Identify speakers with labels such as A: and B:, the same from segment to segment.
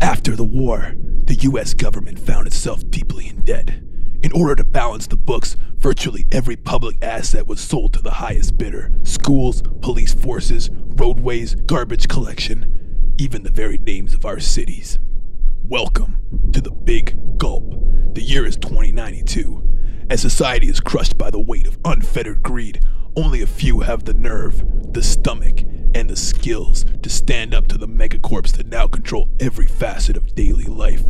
A: After the war, the US government found itself deeply in debt. In order to balance the books, virtually every public asset was sold to the highest bidder schools, police forces, roadways, garbage collection, even the very names of our cities. Welcome to the Big Gulp. The year is 2092. As society is crushed by the weight of unfettered greed, only a few have the nerve, the stomach, and the skills to stand up to the megacorps that now control every facet of daily life.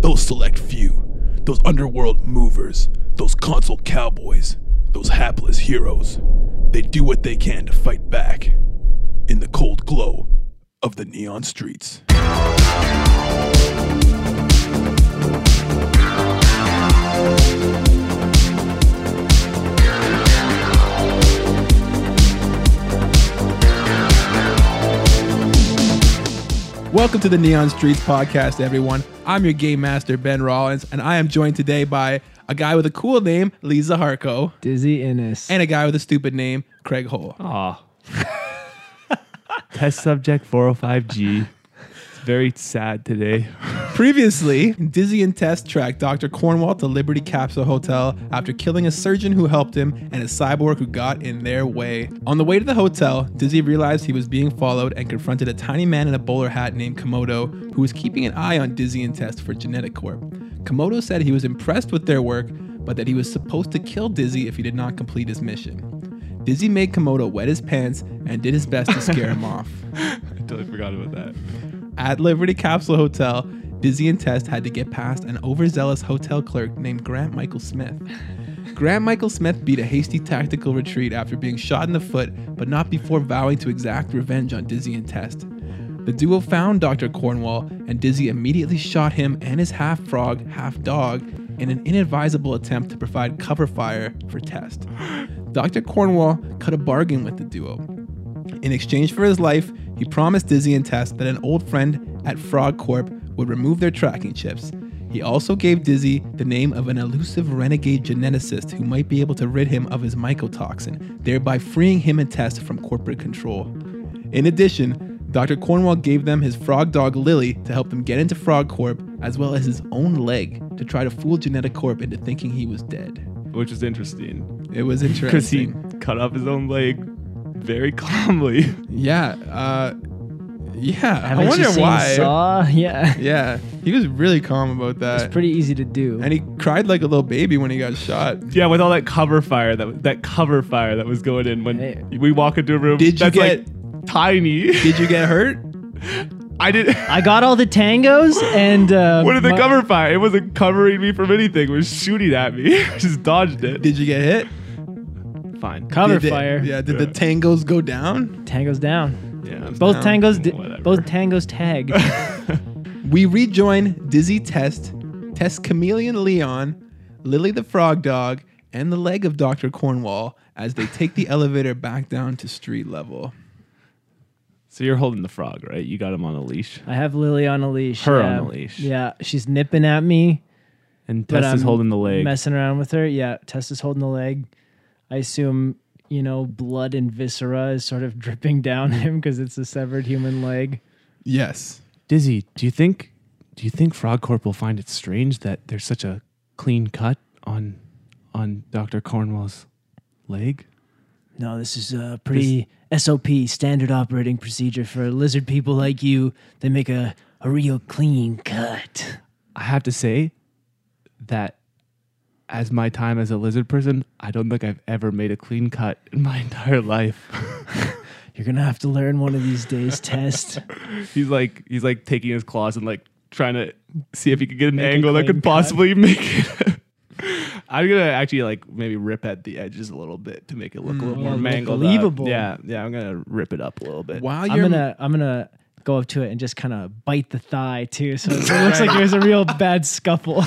A: Those select few, those underworld movers, those console cowboys, those hapless heroes, they do what they can to fight back in the cold glow of the neon streets.
B: Welcome to the Neon Streets podcast, everyone. I'm your game master, Ben Rollins, and I am joined today by a guy with a cool name, Lee Zaharko,
C: Dizzy Innes.
B: and a guy with a stupid name, Craig Hole.
D: Aw. Test subject 405G. It's very sad today.
B: Previously, Dizzy and Tess tracked Dr. Cornwall to Liberty Capsule Hotel after killing a surgeon who helped him and a cyborg who got in their way. On the way to the hotel, Dizzy realized he was being followed and confronted a tiny man in a bowler hat named Komodo who was keeping an eye on Dizzy and Tess for Genetic Corp. Komodo said he was impressed with their work, but that he was supposed to kill Dizzy if he did not complete his mission. Dizzy made Komodo wet his pants and did his best to scare him off.
D: I totally forgot about that.
B: At Liberty Capsule Hotel, Dizzy and Test had to get past an overzealous hotel clerk named Grant Michael Smith. Grant Michael Smith beat a hasty tactical retreat after being shot in the foot, but not before vowing to exact revenge on Dizzy and Test. The duo found Dr. Cornwall, and Dizzy immediately shot him and his half frog, half dog in an inadvisable attempt to provide cover fire for Test. Dr. Cornwall cut a bargain with the duo. In exchange for his life, he promised Dizzy and Tess that an old friend at Frog Corp would remove their tracking chips. He also gave Dizzy the name of an elusive renegade geneticist who might be able to rid him of his mycotoxin, thereby freeing him and Tess from corporate control. In addition, Dr. Cornwall gave them his frog dog Lily to help them get into Frog Corp, as well as his own leg to try to fool Genetic Corp into thinking he was dead.
D: Which is interesting.
B: It was
D: Because he
B: interesting.
D: cut off his own leg very calmly.
B: Yeah. Uh, yeah.
C: Haven't
B: I
C: you
B: wonder
C: seen
B: why.
C: Saw? Yeah.
B: Yeah. He was really calm about that.
C: It's pretty easy to do.
B: and he cried like a little baby when he got shot.
D: yeah, with all that cover fire that that cover fire that was going in when
C: Hey.
D: we walk into a room
B: Did you
D: that's
B: get-
D: like tiny.
B: Did you get hurt?
D: I did
C: I got all the tangos and. Uh,
D: What did the
C: my-
D: cover fire? It wasn't covering me from anything. It was shooting at me. I just dodged it.
B: Did you get hit?
D: Fine.
C: Cover
B: Did the-
C: fire.
B: yeah. Did the
D: Yeah.
B: tangos go down?
C: Tangos down.
D: Yeah.
C: Both tangos. Di-
D: Whatever.
C: both tangos tag.
B: We rejoin Dizzy Test, Test Chameleon Leon, Lily the Frog Dog, and the leg of Dr. Cornwall as they take the elevator back down to street level.
D: So you're holding the frog, right? You got him on a leash.
C: I have Lily on a leash.
D: Her
C: yeah.
D: on a leash.
C: Yeah. She's nipping at me.
D: And
C: But
D: Tess is
C: I'm
D: holding the leg.
C: Messing around with her. Yeah. Tess is holding the leg. I assume, you know, blood and viscera is sort of dripping down him because it's a severed human leg.
B: Yes.
D: Dizzy, do you think do you think Frog Corp will find it strange that there's such a clean cut on on Dr. Cornwall's leg?
C: No, this is a pretty SOP standard operating procedure for lizard people like you. They make a, a real clean cut.
D: I have to say that as my time as a lizard person, I don't think I've ever made a clean cut in my entire life.
C: You're gonna have to learn one of these days, Test.
D: he's like he's like taking his claws and like trying to see if he could get an
C: Make a
D: angle that
C: clean
D: could
C: cut.
D: possibly make it. I'm gonna actually like maybe rip at the edges a little bit to make it look a little
C: Mm,
D: more
C: look
D: mangled. up.
C: believable.
D: Yeah, yeah. I'm gonna rip it up a little bit.
B: While
C: I'm
B: you're
C: gonna I'm gonna go up to it and just kind of bite the thigh too, so it looks like there's a real bad scuffle.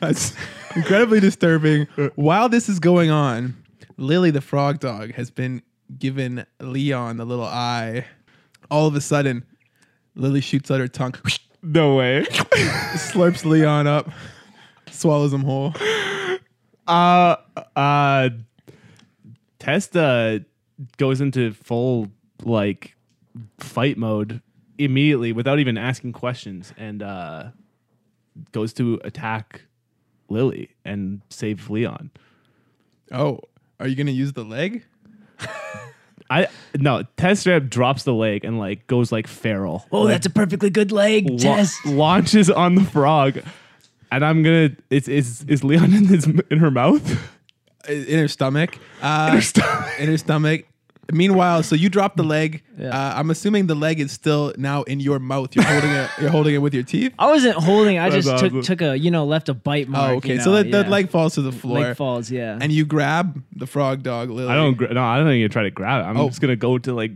B: That's incredibly disturbing. While this is going on, Lily the frog dog has been given Leon the little eye. All of a sudden, Lily shoots out her tongue,
D: No way.
B: slurps Leon up, swallows him whole.
D: uh, uh, Testa goes into full like fight mode immediately without even asking questions and uh, goes to attack Lily and save Leon.
B: Oh, are you gonna use the leg?
D: I no, Tess Strap drops the leg and like goes like feral.
C: Oh, that's a perfectly good leg,
D: Lo-
C: Tess.
D: launches on the frog. And I'm gonna. Is is is Leon in his in her mouth?
B: I- In her stomach. Uh, in her stomach. Meanwhile, so you drop the leg. Uh, I'm assuming the leg is still now in your mouth. You're holding it. You're holding it with your teeth.
C: I wasn't holding. I
D: That's
C: just
D: awesome.
C: took took a you know left a bite mark.
B: Oh,
C: you
B: okay.
C: know,
B: so the, the
C: yeah.
B: leg falls to the floor.
C: leg falls. Yeah.
B: And you grab the frog dog, Lily.
D: I don't. gra- No, I don't even try to grab it. I'm
B: Oh.
D: just gonna go to like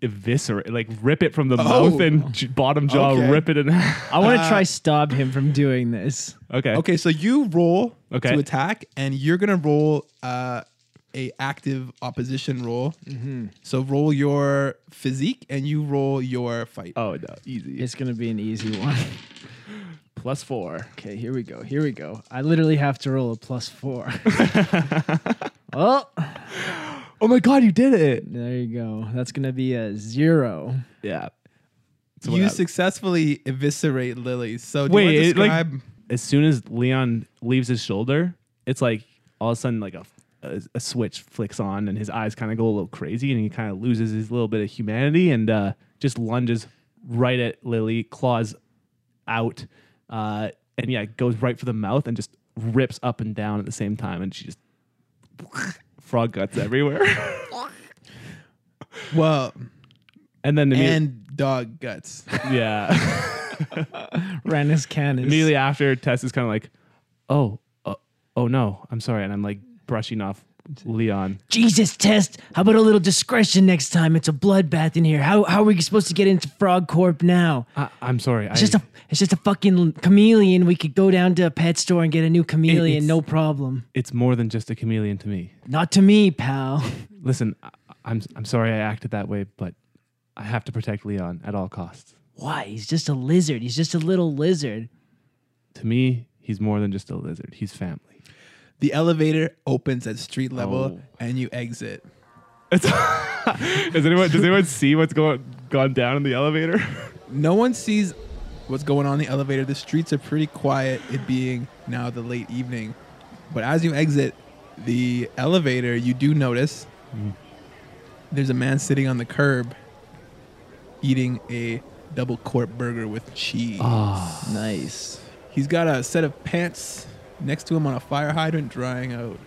D: eviscerate, like rip it from the
B: Oh.
D: mouth and j- bottom jaw,
B: Okay.
D: rip it in half.
C: I want to try stop him from doing this.
D: Okay.
B: Okay, so you roll
D: Okay.
B: to attack, and you're gonna roll uh, a active opposition roll. So roll your physique, and you roll your fight.
D: Oh no, easy.
C: It's gonna be an easy one.
D: Plus four.
C: Okay, here we go. Here we go. I literally have to roll a plus four. oh,
D: Oh my god, you did it.
C: there you go. That's gonna be a zero.
D: Yeah. So what
B: you
D: happened-
B: successfully eviscerate Lily. So do you
D: Wait,
B: wanna
D: it, like-
B: describe?
D: as soon as Leon leaves his shoulder, it's like all of a sudden like a a, a switch flicks on and his eyes kind of go a little crazy and he kind of loses his little bit of humanity and uh, just lunges right at Lily, claws out, uh, and yeah, goes right for the mouth and just rips up and down at the same time and she just frog guts everywhere
B: well,
D: and then immediately,
B: and dog guts.
D: yeah.
C: Rannis Canis.
D: immediately after Tess is kind of like, "Oh, uh, oh no, I'm sorry," and I'm like brushing off Leon.
C: Jesus, Test. How about a little discretion next time? It's a bloodbath in here. How how are we supposed to get into Frog Corp now?
D: I- I'm sorry. I,
C: It's just a it's just a fucking chameleon. We could go down to a pet store and get a new chameleon,
D: it's-
C: no problem.
D: it's more than just a chameleon to me.
C: Not to me, pal.
D: Listen, I, I'm I'm sorry I acted that way, but I have to protect Leon at all costs.
C: Why? He's just a lizard. He's just a little lizard.
D: To me, he's more than just a lizard. He's family.
B: the elevator opens at street level,
D: Oh.
B: and you exit.
D: It's, is anyone does anyone see what's going gone down in the elevator?
B: No one sees what's going on in the elevator. The streets are pretty quiet, it being now the late evening. But as you exit the elevator, you do notice there's a man sitting on the curb eating a double quart burger with cheese.
D: Ah.
C: Nice.
B: He's got a set of pants next to him on a fire hydrant drying out.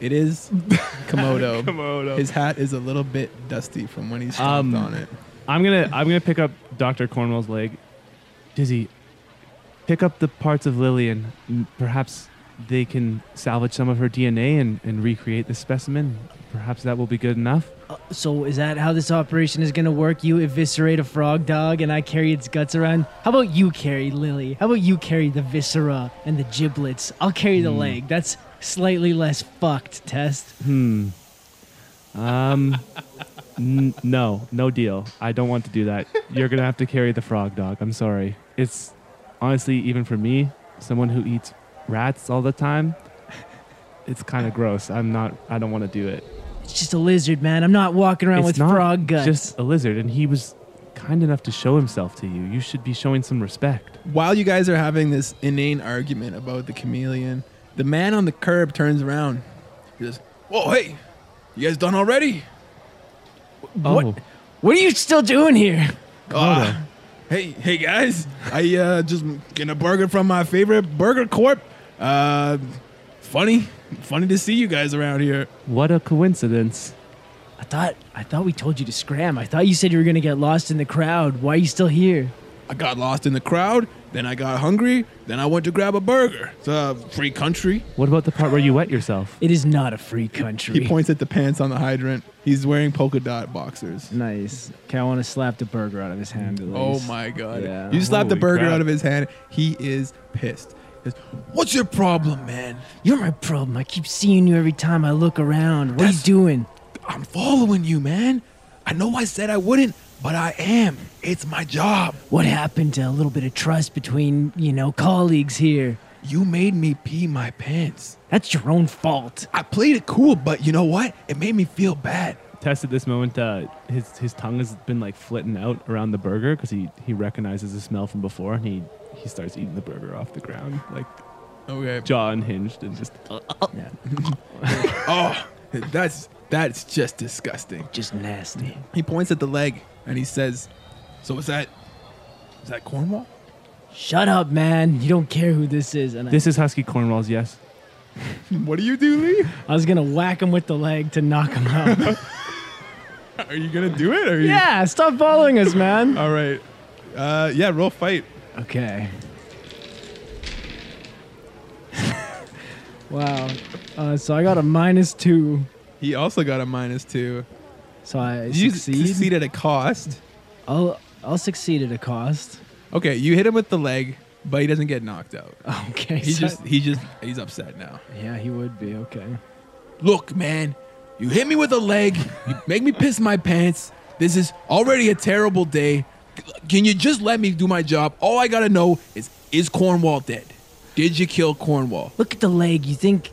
B: It is Komodo.
D: Komodo.
B: His hat is a little bit dusty from when he's
D: Um,
B: stomped on it.
D: I'm gonna I'm gonna pick up Doctor Cornwell's leg. Dizzy, pick up the parts of Lillian. M- Perhaps they can salvage some of her DNA and, and recreate the specimen. Perhaps that will be good enough.
C: Uh, So is that how this operation is gonna work? You eviscerate a frog dog and I carry its guts around? How about you carry Lily? How about you carry the viscera and the giblets? I'll carry the leg. That's slightly less fucked, Test.
D: Hmm. Um. n- no, no deal. I don't want to do that. You're gonna have to carry the frog dog. I'm sorry. It's honestly even for me, someone who eats rats all the time. It's kind of gross. I'm not. I don't want to do it.
C: It's just a lizard, man. I'm not walking around with frog guts.
D: just a lizard, and he was kind enough to show himself to you. You should be showing some respect.
B: While you guys are having this inane argument about the chameleon, the man on the curb turns around. He says, Whoa, hey, you guys done already?
C: What?
D: Oh,
C: What are you still doing here?
B: Ah, hey, hey guys, I uh, just getting a burger from my favorite Burger Corp. Uh, funny, funny to see you guys around here.
D: what a coincidence!
C: I thought I thought we told you to scram. I thought you said you were gonna get lost in the crowd. Why are you still here?
B: I got lost in the crowd, then I got hungry, then I went to grab a burger. It's a free country.
D: What about the part where you wet yourself?
C: It is not a free country.
B: He points at the pants on the hydrant. He's wearing polka dot boxers.
C: Nice. Okay, I want to slap the burger out of his hand. At
B: Oh
C: least.
B: my god.
C: Yeah.
B: You slapped the
D: Holy
B: burger
D: crap.
B: out of his hand. He is pissed. He says, What's your problem, man?
C: You're my problem. I keep seeing you every time I look around. What are you
B: That's-
C: doing?
B: I'm following you, man. I know I said I wouldn't, but I am. It's my job.
C: What happened to a little bit of trust between, you know, colleagues here?
B: You made me pee my pants.
C: That's your own fault.
B: I played it cool, but you know what? It made me feel bad.
D: Test at this moment, uh, his his tongue has been like flitting out around the burger because he he recognizes the smell from before, and he he starts eating the burger off the ground, like
B: Okay.
D: jaw unhinged, and just
C: Yeah,
B: Oh, that's that's just disgusting.
C: just nasty.
B: He points at the leg and he says, "So is that is that Cornwall?"
C: Shut up, man. You don't care who this is. And
D: this is Husky Cornwall's. Yes,
B: What do you do, Lee?
C: I, I was gonna whack him with the leg to knock him out.
B: Are you gonna do it? Or are you-
C: yeah, stop following us, man.
B: All right. Uh, yeah, roll fight.
C: Okay. wow. Uh, so I got a minus two.
B: He also got a minus two.
C: So I
B: You
C: succeed.
B: succeed at a cost.
C: I'll I'll succeed at a cost.
B: Okay, you hit him with the leg, but he doesn't get knocked out.
C: Okay.
B: He
C: so-
B: just he just he's upset now.
C: Yeah, he would be okay.
B: Look, man, you hit me with a leg. You make me piss my pants. This is already a terrible day. Can you just let me do my job? All I gotta know is is Cornwall dead? Did you kill Cornwall?
C: Look at the leg. You think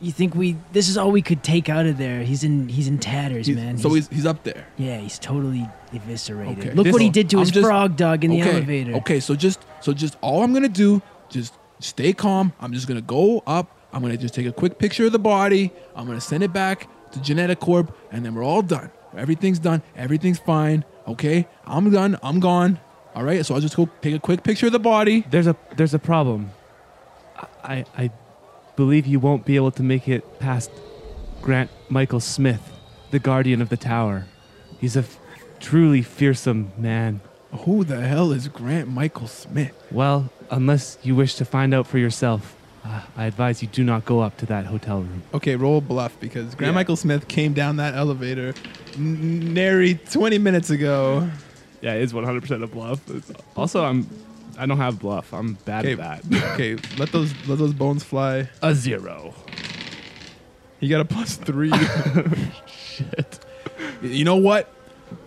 C: you think we this is all we could take out of there. He's in he's in tatters,
B: He's-
C: man.
B: so he's he's up there.
C: Yeah, he's totally eviscerated.
B: Okay.
C: Look
B: This-
C: what he did to
B: I'm
C: his
B: just-
C: frog dog in
B: okay.
C: the elevator.
B: Okay, so just so just all I'm gonna do, just stay calm. I'm just gonna go up. I'm gonna just take a quick picture of the body. I'm gonna send it back to Genetic Corp, and then we're all done. Everything's done. Everything's fine. Okay, I'm done. I'm gone. All right, so I'll just go take a quick picture of the body.
D: there's a there's a problem. I I believe you won't be able to make it past Grant Michael Smith, the guardian of the tower. He's a f- truly fearsome man.
B: Who the hell is Grant Michael Smith?
D: Well, unless you wish to find out for yourself, uh, I advise you do not go up to that hotel room.
B: Okay, roll bluff because Grant
D: Yeah.
B: Michael Smith came down that elevator n- nary 20 minutes ago.
D: Yeah, it is 100% a bluff. also, I'm I don't have bluff. I'm bad
B: Okay, okay, let those let those bones fly.
D: A zero.
B: He got a plus three. Shit. You know what?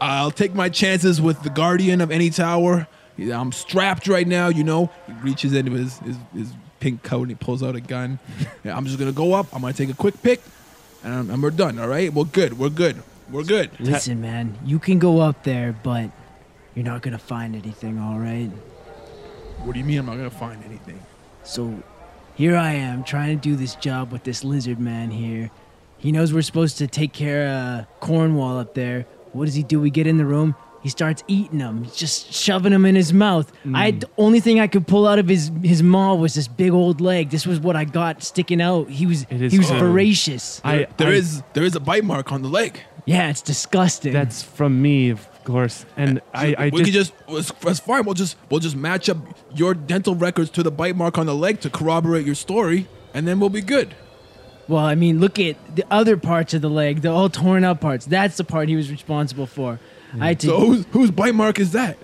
B: I'll take my chances with the guardian of any tower. I'm strapped right now, you know. He reaches into his, his, his pink coat and he pulls out a gun. Yeah, I'm just going to go up. I'm going to take a quick pick and, I'm- and we're done, all right? We're good. We're good. We're good.
C: Listen, man, you can go up there, but you're not gonna find anything, all right?
B: What do you mean I'm not going to find anything?
C: So here I am trying to do this job with this lizard man here. He knows we're supposed to take care of uh, Cornwall up there. What does he do? We get in the room. He starts eating them. He's just shoving them in his mouth.
D: Mm.
C: I the only thing I could pull out of his his maw was this big old leg. This was what I got sticking out. He was
D: It is
C: he was
D: true.
C: voracious.
D: I,
B: There
D: I-
B: is there is a bite mark on the leg.
C: yeah, it's disgusting.
D: That's from me, of course. And I, I
B: Uh, we
D: just,
B: could just it's, it's fine. We'll just we'll just match up your dental records to the bite mark on the leg to corroborate your story, and then we'll be good.
C: Well, I mean, look at the other parts of the leg, the all torn up parts. That's the part he was responsible for. I had to,
B: So whose whose bite mark is that?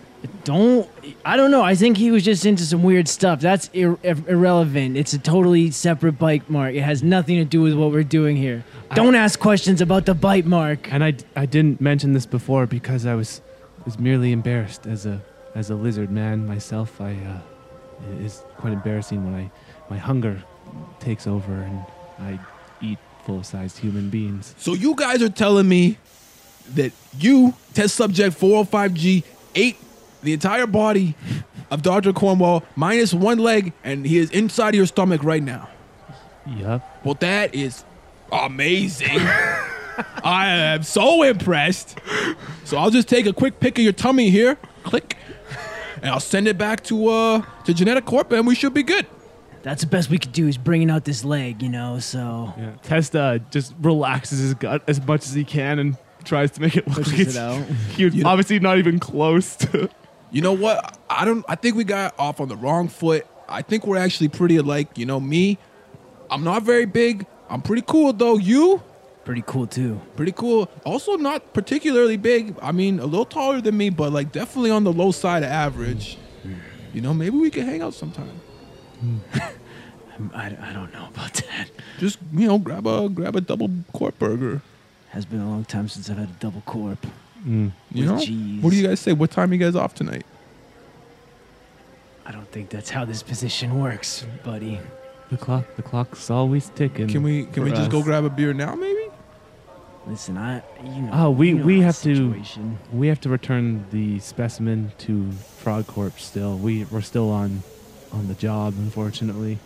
C: don't. I don't know. I think he was just into some weird stuff. That's ir- ir- irrelevant. It's a totally separate bite mark. It has nothing to do with what we're doing here. don't ask questions about the bite mark.
D: and I, I didn't mention this before because I was was merely embarrassed as a as a lizard man myself. I uh, it is quite embarrassing when I my hunger takes over and I eat full sized human beings.
B: So you guys are telling me that you test subject 405G ate the entire body of Dr. Cornwall minus one leg, and he is inside of your stomach right now.
D: Yup.
B: Well, that is amazing. I am so impressed. So I'll just take a quick pic of your tummy here, click, and I'll send it back to uh to Genetic Corp, and we should be good.
C: That's the best we could do is bringing out this leg, you know. So
D: Yeah. Testa just relaxes his gut as much as he can and tries to make it look
C: Pushes
D: like
C: it
D: it's
C: out.
D: huge.
B: You know-
D: obviously not even close to.
B: You know what? I don't. I think we got off on the wrong foot. I think we're actually pretty alike. You know me. I'm not very big. I'm pretty cool though. You
C: pretty cool too.
B: pretty cool. Also not particularly big. I mean, a little taller than me, but like definitely on the low side of average. You know, maybe we could hang out sometime.
C: I'm- I, I don't know about that.
B: Just you know, grab a grab a double court burger.
C: Has been a long time since I've had a double corp.
B: You
C: With
B: know,
C: cheese.
B: what do you guys say? What time you guys off tonight?
C: I don't think that's how this position works, buddy.
D: The clock, the clock's always ticking.
B: Can we can we
D: for
B: just go
D: us.
B: grab a beer now? Maybe.
C: Uh, Listen, I you know.
D: Oh, we-
C: you know
D: we
C: the
D: have to-
C: situation.
D: We have to return the specimen to Frog Corp. Still, we we're still on on the job, unfortunately.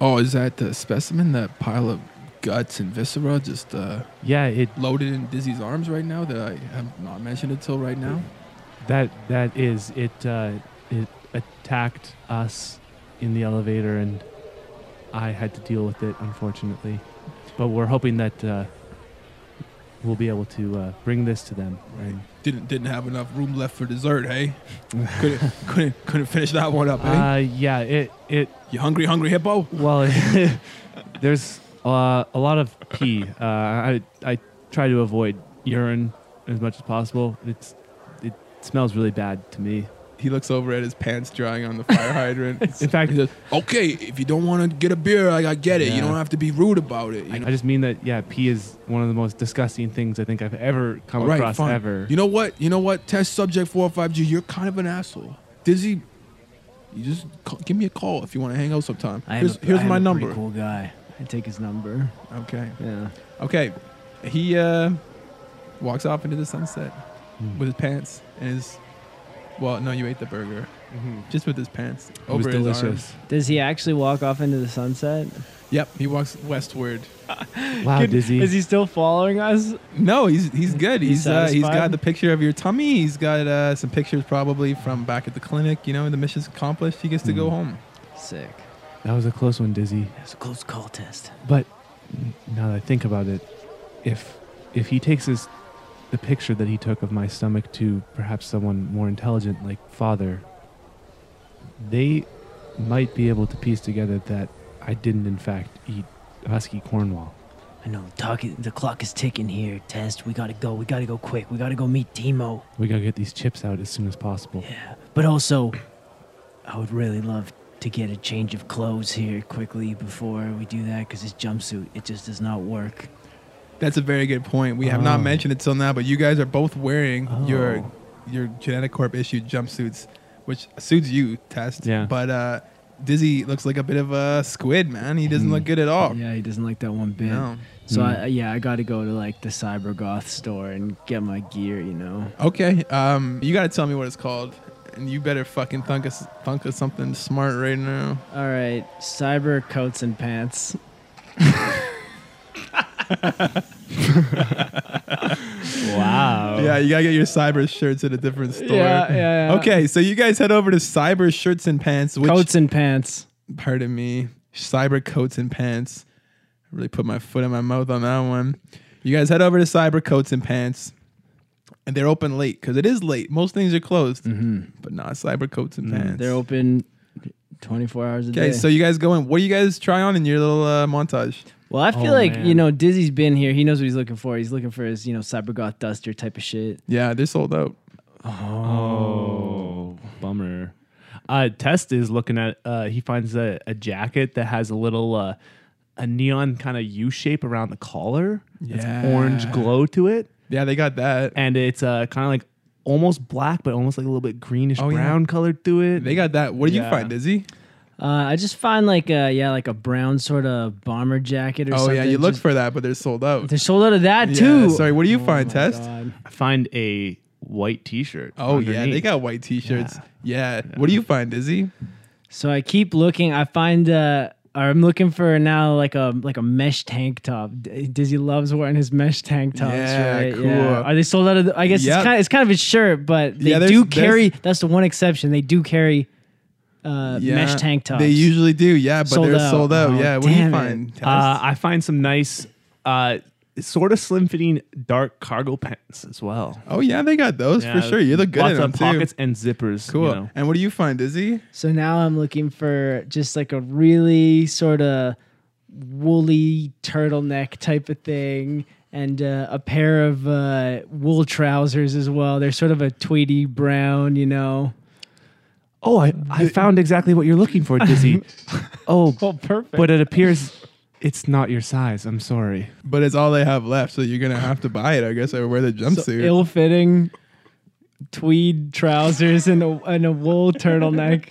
B: Oh, is that the specimen, that pile of guts and viscera just uh,
D: Yeah, it
B: loaded in Dizzy's arms right now that I have not mentioned until right now?
D: that that is it. Uh, it attacked us in the elevator, and I had to deal with it, unfortunately. But we're hoping that uh, we'll be able to uh, bring this to them. And
B: Didn't didn't have enough room left for dessert, hey? couldn't, couldn't couldn't finish that one up, hey?
D: Uh, yeah, it it
B: you hungry, hungry hippo?
D: Well, there's uh, a lot of pee. Uh, I I try to avoid urine as much as possible. It's it smells really bad to me.
B: He looks over at his pants drying on the fire hydrant.
D: In fact,
B: He says, "Okay, if you don't want to get a beer, I, I get it. You
D: Yeah.
B: don't have to be rude about it. You
D: I,
B: know,
D: I just mean that yeah, pee is one of the most disgusting things I think I've ever come
B: All right,
D: across
B: fine.
D: ever.
B: You know what? You know what? Test subject four five G. You're kind of an asshole, Dizzy. You just call, give me a call if you want to hang out sometime.
C: I am
B: here's
C: a-
B: here's
C: I am
B: my
C: a pretty
B: number.
C: Cool guy. I take his number.
B: Okay.
C: Yeah.
B: Okay. He uh, walks off into the sunset
C: Hmm.
B: with his pants and his. Well, no, you ate the burger. Just with his pants
D: It was
B: over his arms.
D: delicious.
C: Does he actually walk off into the sunset?
B: Yep. He walks westward.
D: Wow,
C: Good-
D: dizzy.
C: Is he still following us?
B: No, he's he's good.
C: He's
B: He's uh, he's got
C: satisfied?
B: the picture of your tummy. He's got uh, some pictures probably from back at the clinic. You know, the mission's accomplished. He gets to go
C: Hmm.
D: Mm.
B: home.
C: Sick.
D: that was a close one, dizzy.
C: That's a close call test.
D: But now that I think about it, if if he takes his the picture that he took of my stomach to perhaps someone more intelligent like father, they might be able to piece together that I didn't in fact eat husky Cornwall.
C: I know. Talk, the clock is ticking here. Test. We gotta go. We gotta go quick. We gotta go meet Timo.
D: We gotta get these chips out as soon as possible.
C: Yeah. But also, I would really love to get a change of clothes here quickly before we do that, because his jumpsuit it just does not work.
B: That's a very good point. We have not
D: Oh.
B: mentioned it till now, but you guys are both wearing your
C: Oh.
B: your genetic corp issued jumpsuits, which suits you, Test.
D: Yeah.
B: But uh, Dizzy looks like a bit of a squid, man. He doesn't look
D: Mm.
B: good at all.
C: Yeah, he doesn't like that one bit.
B: No.
C: So
D: Mm.
C: I, yeah, I gotta go to like the cyber goth store and get my gear. You know.
B: Okay. Um, you gotta tell me what it's called, and you better fucking thunk us thunk us something smart right now.
C: All right, cyber coats and pants. wow.
B: Yeah, you gotta get your cyber shirts at a different store.
C: Oh. Yeah, yeah, yeah.
B: Okay, so you guys head over to Cyber Shirts and Pants, which
C: coats and pants.
B: pardon me, Cyber Coats and Pants. I really put my foot in my mouth on that one. You guys head over to Cyber Coats and Pants, and they're open late because it is late. Most things are closed,
D: Mm-hmm.
B: but not Cyber Coats and Pants.
C: Mm, They're open 24 hours a
B: Okay,
C: day.
B: so you guys go in. What do you guys try on in your little uh, montage?
C: well, I feel
D: Oh,
C: like
D: man.
C: you know Dizzy's been here. He knows what he's looking for. He's looking for his you know cyber goth duster type of shit.
B: Yeah, they're sold out.
D: Oh, bummer. Uh, Test is looking at. Uh, he finds a, a jacket that has a little uh, a neon kind of U shape around the collar. It's
B: Yeah.
D: orange glow to it,
B: Yeah, they got that.
D: and it's uh, kind of like almost black, but almost like a little bit greenish
B: Oh, yeah.
D: brown colored to it.
B: They got that. What do you
D: Yeah.
B: find, Dizzy?
C: Uh, I just find like a yeah like a brown sort of bomber jacket or
B: Oh
C: something.
B: yeah, you look
C: Just-
B: for that, but they're sold out.
C: They're sold out of that
B: Yeah,
C: too.
B: Sorry, what do you
C: Oh
B: find,
C: my
B: Test?
C: God.
D: I find a white T-shirt.
B: Oh yeah, they
D: underneath.
B: got white T-shirts. Yeah. What do you find, Dizzy?
C: So I keep looking. I find uh or I'm looking for now like a like a mesh tank top. D- Dizzy loves wearing his mesh tank tops.
B: Yeah,
C: right?
B: cool.
C: Are they sold out of? The, I guess
B: Yep.
C: it's kind of, it's kind of a shirt, but they
B: Yeah, there's-
C: do
B: there's-
C: carry. That's the one exception. They do carry uh, mesh tank tops.
B: They usually do, yeah, but
C: Sold
B: they're
C: out.
B: sold out.
C: Oh,
B: yeah, what do you
C: damn it.
B: find? Tess?
D: Uh, I find some nice, uh, sort of slim fitting dark cargo pants as well.
B: oh yeah, they got those
D: Yeah,
B: for sure. You look good
D: lots
B: in them
D: of
B: too.
D: pockets and zippers. you
B: cool.
D: know.
B: And what do you find, Dizzy?
C: So now I'm looking for just like a really sort of woolly turtleneck type of thing and uh, a pair of uh, wool trousers as well. They're sort of a tweedy brown, you know.
D: Oh, I, I found exactly what you're looking for, Dizzy. oh,
C: Well, perfect.
D: but it appears it's not your size. I'm sorry.
B: But it's all they have left, so you're gonna have to buy it, I guess, or wear the
C: so
B: jumpsuit.
C: ill fitting. tweed trousers and a, and a wool turtleneck.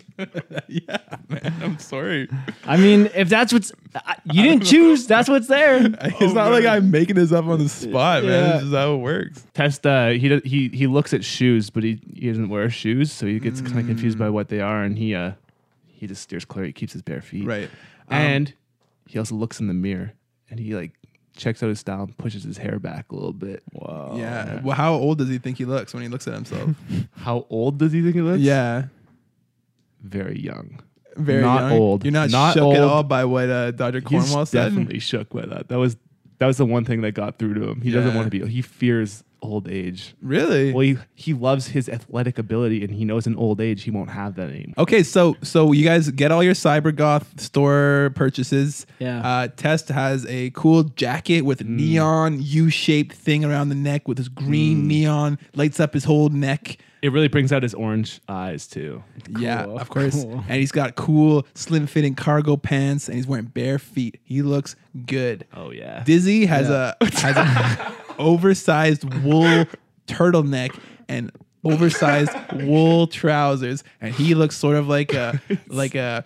B: yeah, man. I'm sorry.
C: I mean, if that's what's I- you didn't choose, that's what's there.
B: It's not like I'm making this up on the spot, man. It's just how it works.
D: Test. Uh, he do- he he looks at shoes, but he, he doesn't wear shoes, so he gets kind of confused by what they are, and he uh he just steers clear. He keeps his bare feet.
B: Right.
D: and he also looks in the mirror, and he like checks out his style and pushes his hair back a little bit. Wow.
B: yeah. Well, how old does he think he looks when he looks at himself?
D: How old does he think he looks?
B: yeah.
D: Very young.
B: Very
D: Not
B: young.
D: old.
B: You're not,
D: Not
B: shook at
D: old.
B: all by what uh, Dr.
D: He's
B: Cornwall said.
D: definitely shook by that. That was that was the one thing that got through to him. He doesn't
B: Yeah.
D: want to be. He fears old age.
B: Really?
D: Well, he, he loves his athletic ability, and he knows in old age he won't have that anymore.
B: Okay, so so you guys get all your Cyber Goth store purchases.
C: Yeah. Mm.
B: Uh, Test has a cool jacket with a neon U-shaped thing around the neck with this
C: Mm.
B: green neon lights up his whole neck.
D: Oh, It really brings out his orange eyes too.
B: Yeah,
C: Cool.
B: of course.
C: Cool.
B: And he's got cool, slim fitting cargo pants, and he's wearing bare feet. He looks good.
D: Oh yeah.
B: Dizzy has a has an oversized wool turtleneck and oversized wool trousers, and he looks sort of like a like a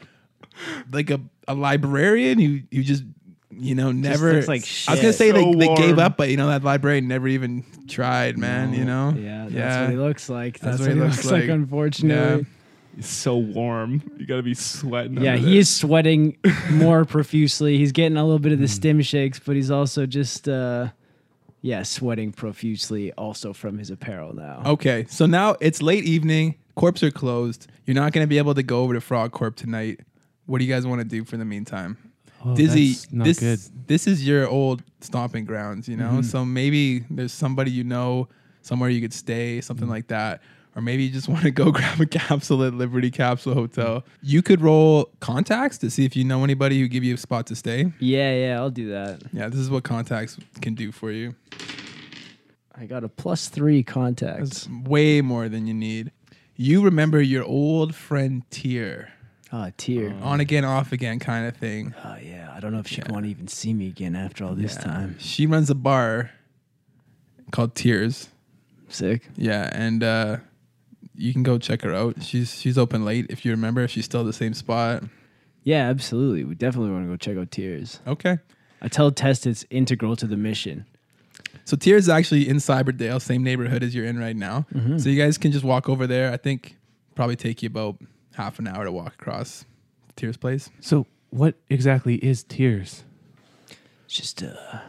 B: like a, a librarian who who just you know never.
C: looks like
B: I was gonna
C: shit.
B: say
D: So
B: they, they gave
D: warm.
B: up, but you know that librarian never even tried, man. You know.
C: Yeah, that's what he looks like. That's, what he looks, like. Unfortunately,
B: unfortunately.
D: He's so warm. You gotta be sweating.
C: yeah,
D: under
C: he
D: there.
C: is sweating more profusely. He's getting a little bit of the stim shakes, but he's also just uh, yeah, sweating profusely, also from his apparel now.
B: Okay, so now it's late evening. Corps are closed. You're not going to be able to go over to Frog Corp tonight. What do you guys want to do for the meantime? Dizzy,
D: Oh, that's not
B: this
D: good. Mm-hmm.
B: this is your old stomping grounds, you know. So maybe there's somebody you know somewhere you could stay, something like that, or maybe you just want to go grab a capsule at Liberty Capsule Hotel. You could roll contacts to see if you know anybody who give you a spot to stay.
C: Yeah, yeah, I'll do that.
B: Yeah, this is what contacts can do for you.
C: I got a plus three contact.
B: Way more than you need. You remember your old friend Tier.
C: Ah, tear.
B: on again, off again kind of thing.
C: Oh yeah, I don't know if she's going to even see me again after all this time.
B: She runs a bar called Tears.
C: Sick.
B: Yeah, and uh, you can go check her out. She's she's open late if you remember. She's still at the same spot.
C: Yeah, absolutely. We definitely want to go check out Tears.
B: Okay.
C: I tell Test it's integral to the mission.
B: So Tears is actually in Cyberdale, same neighborhood as you're in right now.
C: Mm-hmm.
B: So you guys can just walk over there. I think probably take you about half an hour to walk across Tears place.
D: So what exactly is tears?
C: It's just a,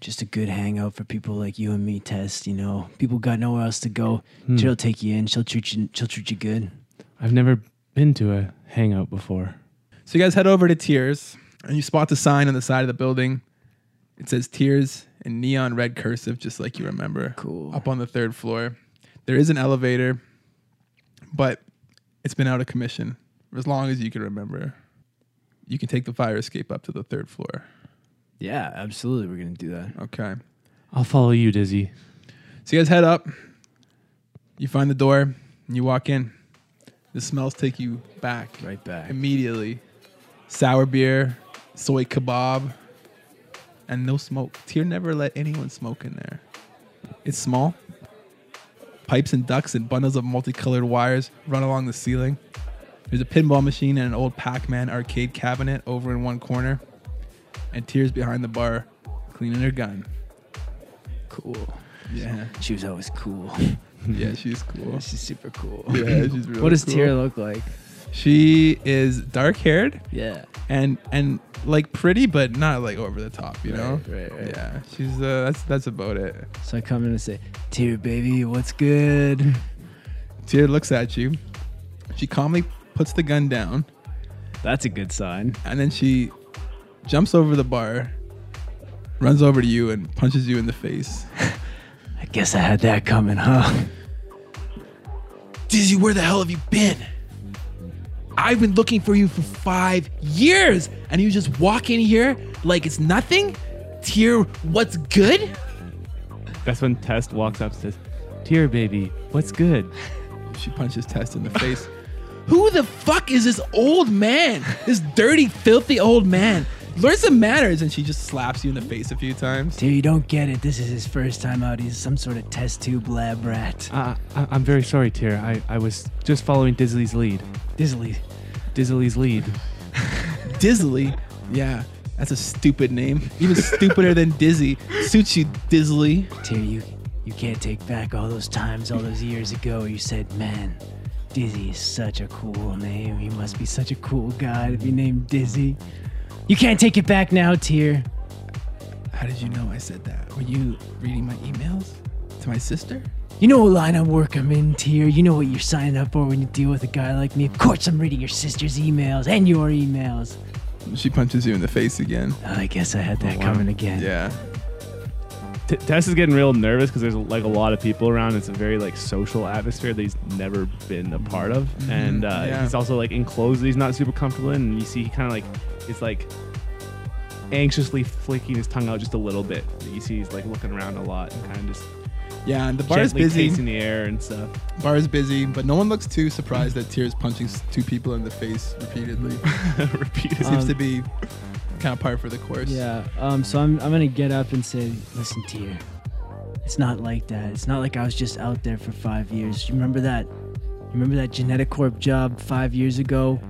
C: just a good hangout for people like you and me, Test. You know, people got nowhere else to go.
B: Hmm.
C: She'll take you in. She'll treat you. She'll treat you good.
D: Hmm. I've never been to a hangout before.
B: So you guys head over to Tears and you spot the sign on the side of the building. It says Tears in neon red cursive, just like you remember.
C: Cool.
B: Up on the third floor. There is an elevator, but it's been out of commission for as long as you can remember. You can take the fire escape up to the third floor.
C: Yeah, absolutely. We're gonna do that.
B: Okay.
D: I'll follow you, Dizzy.
B: So you guys head up, you find the door, and you walk in. The smells take you back.
C: Right back.
B: immediately. Sour beer, soy kebab, and no smoke. Tier never let anyone smoke in there. It's small. Pipes and ducts and bundles of multicolored wires run along the ceiling. There's a pinball machine and an old Pac Man arcade cabinet over in one corner. And Tears behind the bar cleaning her gun.
C: Cool.
B: Yeah.
C: She was always cool.
B: Yeah, she's cool.
C: She's super cool.
B: Yeah, she's really
C: what does
B: cool.
C: Tyr look like?
B: She is dark haired
C: Yeah.
B: and and like pretty but not like over the top you know
C: Right, right, right.
B: yeah she's uh that's that's about it
C: So I come in and say, Tyr, baby, what's good?
B: tear looks at you she calmly puts the gun down
C: That's a good sign.
B: and then she jumps over the bar runs over to you and punches you in the face
C: I guess I had that coming, huh?
A: Dizzy, where the hell have you been?
B: i've been looking for you for five years and you just walk in here like it's nothing tear what's good
D: That's when Test walks up and says, Tear baby, what's good?
B: She punches Test in the face. Who the fuck is this old man? This dirty, filthy old man? learn some manners. And she just slaps you in the face a few times.
C: Dude, you don't get it. This is his first time out. He's some sort of test tube lab rat.
D: Uh, I, I'm very sorry, Tyr. I, I was just following Disley's lead.
C: Dizzily.
D: Disley's lead.
B: Dizzily. Yeah, that's a stupid name. Even stupider than Dizzy. Suits you, Dizzily.
C: Tear, you, you can't take back all those times, all those years ago. You said, man, Dizzy is such a cool name. He must be such a cool guy to be named Dizzy. You can't take it back now, Tear.
B: How did you know I said that? Were you reading my emails to my sister?
C: You know what line of work I'm in, Tear. You know what you're signing up for when you deal with a guy like me. Of course, I'm reading your sister's emails and your emails.
B: She punches you in the face again.
C: I guess I had that
D: Oh, wow.
C: coming again.
B: Yeah.
D: T- Tess is getting real nervous because there's like a lot of people around. It's a very like social atmosphere that he's never been a part of, and uh,
B: yeah.
D: he's also like enclosed. That he's not super comfortable in, and you see he kind of like is like anxiously flicking his tongue out just a little bit. You see he's like looking around a lot and kind of just
B: Yeah, and the bar is
D: gently
B: busy.
D: tasting the air and stuff.
B: Bar is busy, but no one looks too surprised that Tears punching s- two people in the face repeatedly.
D: Repeat.
B: Seems
C: Um,
B: to be kind of par for the course.
C: Yeah. Um. So I'm I'm gonna get up and say, listen, Tear. It's not like that. It's not like I was just out there for five years. You remember that? You remember that Genetic Corp job five years ago?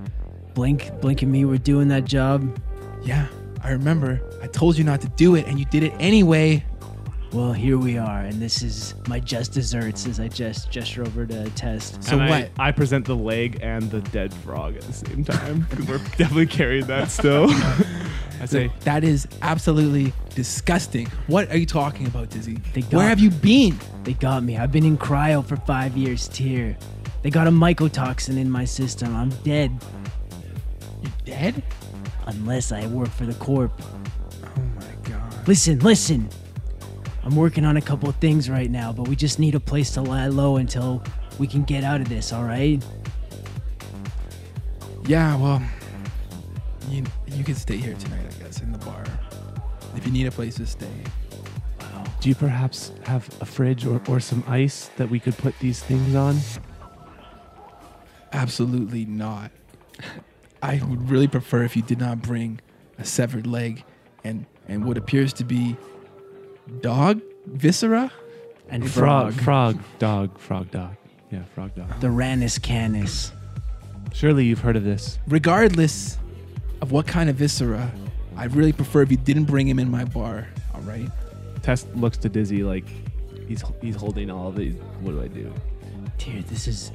C: Blink, Blink, and me were doing that job.
B: Yeah, I remember. I told you not to do it, and you did it anyway.
C: Well, here we are, and this is my just desserts as I just gesture over to test.
B: So
D: And I-
B: what?
D: I, present the leg and the dead frog at the same time because we're definitely carrying that still. I say,
B: That is absolutely disgusting. What are you talking about, Dizzy?
C: They
B: Where
C: got-
B: have you been?
C: They got me. I've been in cryo for five years, Tear. They got a mycotoxin in my system. I'm dead
B: You dead?
C: unless I work for the corp.
B: Oh my god.
C: Listen, listen. I'm working on a couple of things right now, but we just need a place to lie low until we can get out of this, all right?
B: Yeah, well, you you can stay here tonight, I guess, in the bar. If you need a place to stay.
D: Do you perhaps have a fridge or, or some ice that we could put these things on?
B: Absolutely not. I would really prefer if you did not bring a severed leg and and what appears to be dog viscera.
C: And
D: Frog,
C: frog.
D: frog, dog, frog, dog. Yeah, frog, dog.
C: The Ranus Canis.
D: Surely you've heard of this.
B: Regardless of what kind of viscera, I really prefer if you didn't bring him in my bar. All right.
D: Tess looks to Dizzy like he's he's holding all these. What do I do?
C: Dear, this is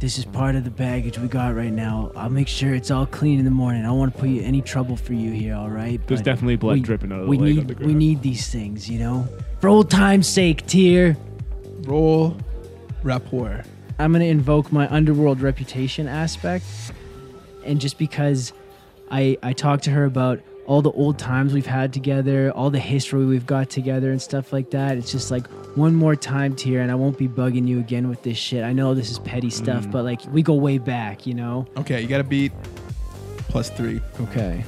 C: this is part of the baggage we got right now. I'll make sure it's all clean in the morning. I don't want to put you any trouble for you here, all right?
D: There's
C: But
D: definitely blood
C: we-
D: dripping out of the
C: we
D: leg
C: need
D: on the
C: we
D: ground.
C: need these things, you know? For old time's sake, Tear.
B: Roll rapport.
C: I'm gonna invoke my underworld reputation aspect, and just because I I talked to her about all the old times we've had together, all the history we've got together, and stuff like that. It's just like one more time, Tier, and I won't be bugging you again with this shit. I know this is petty stuff, but like we go way back, you know.
B: Okay, you got to beat plus three.
C: Okay.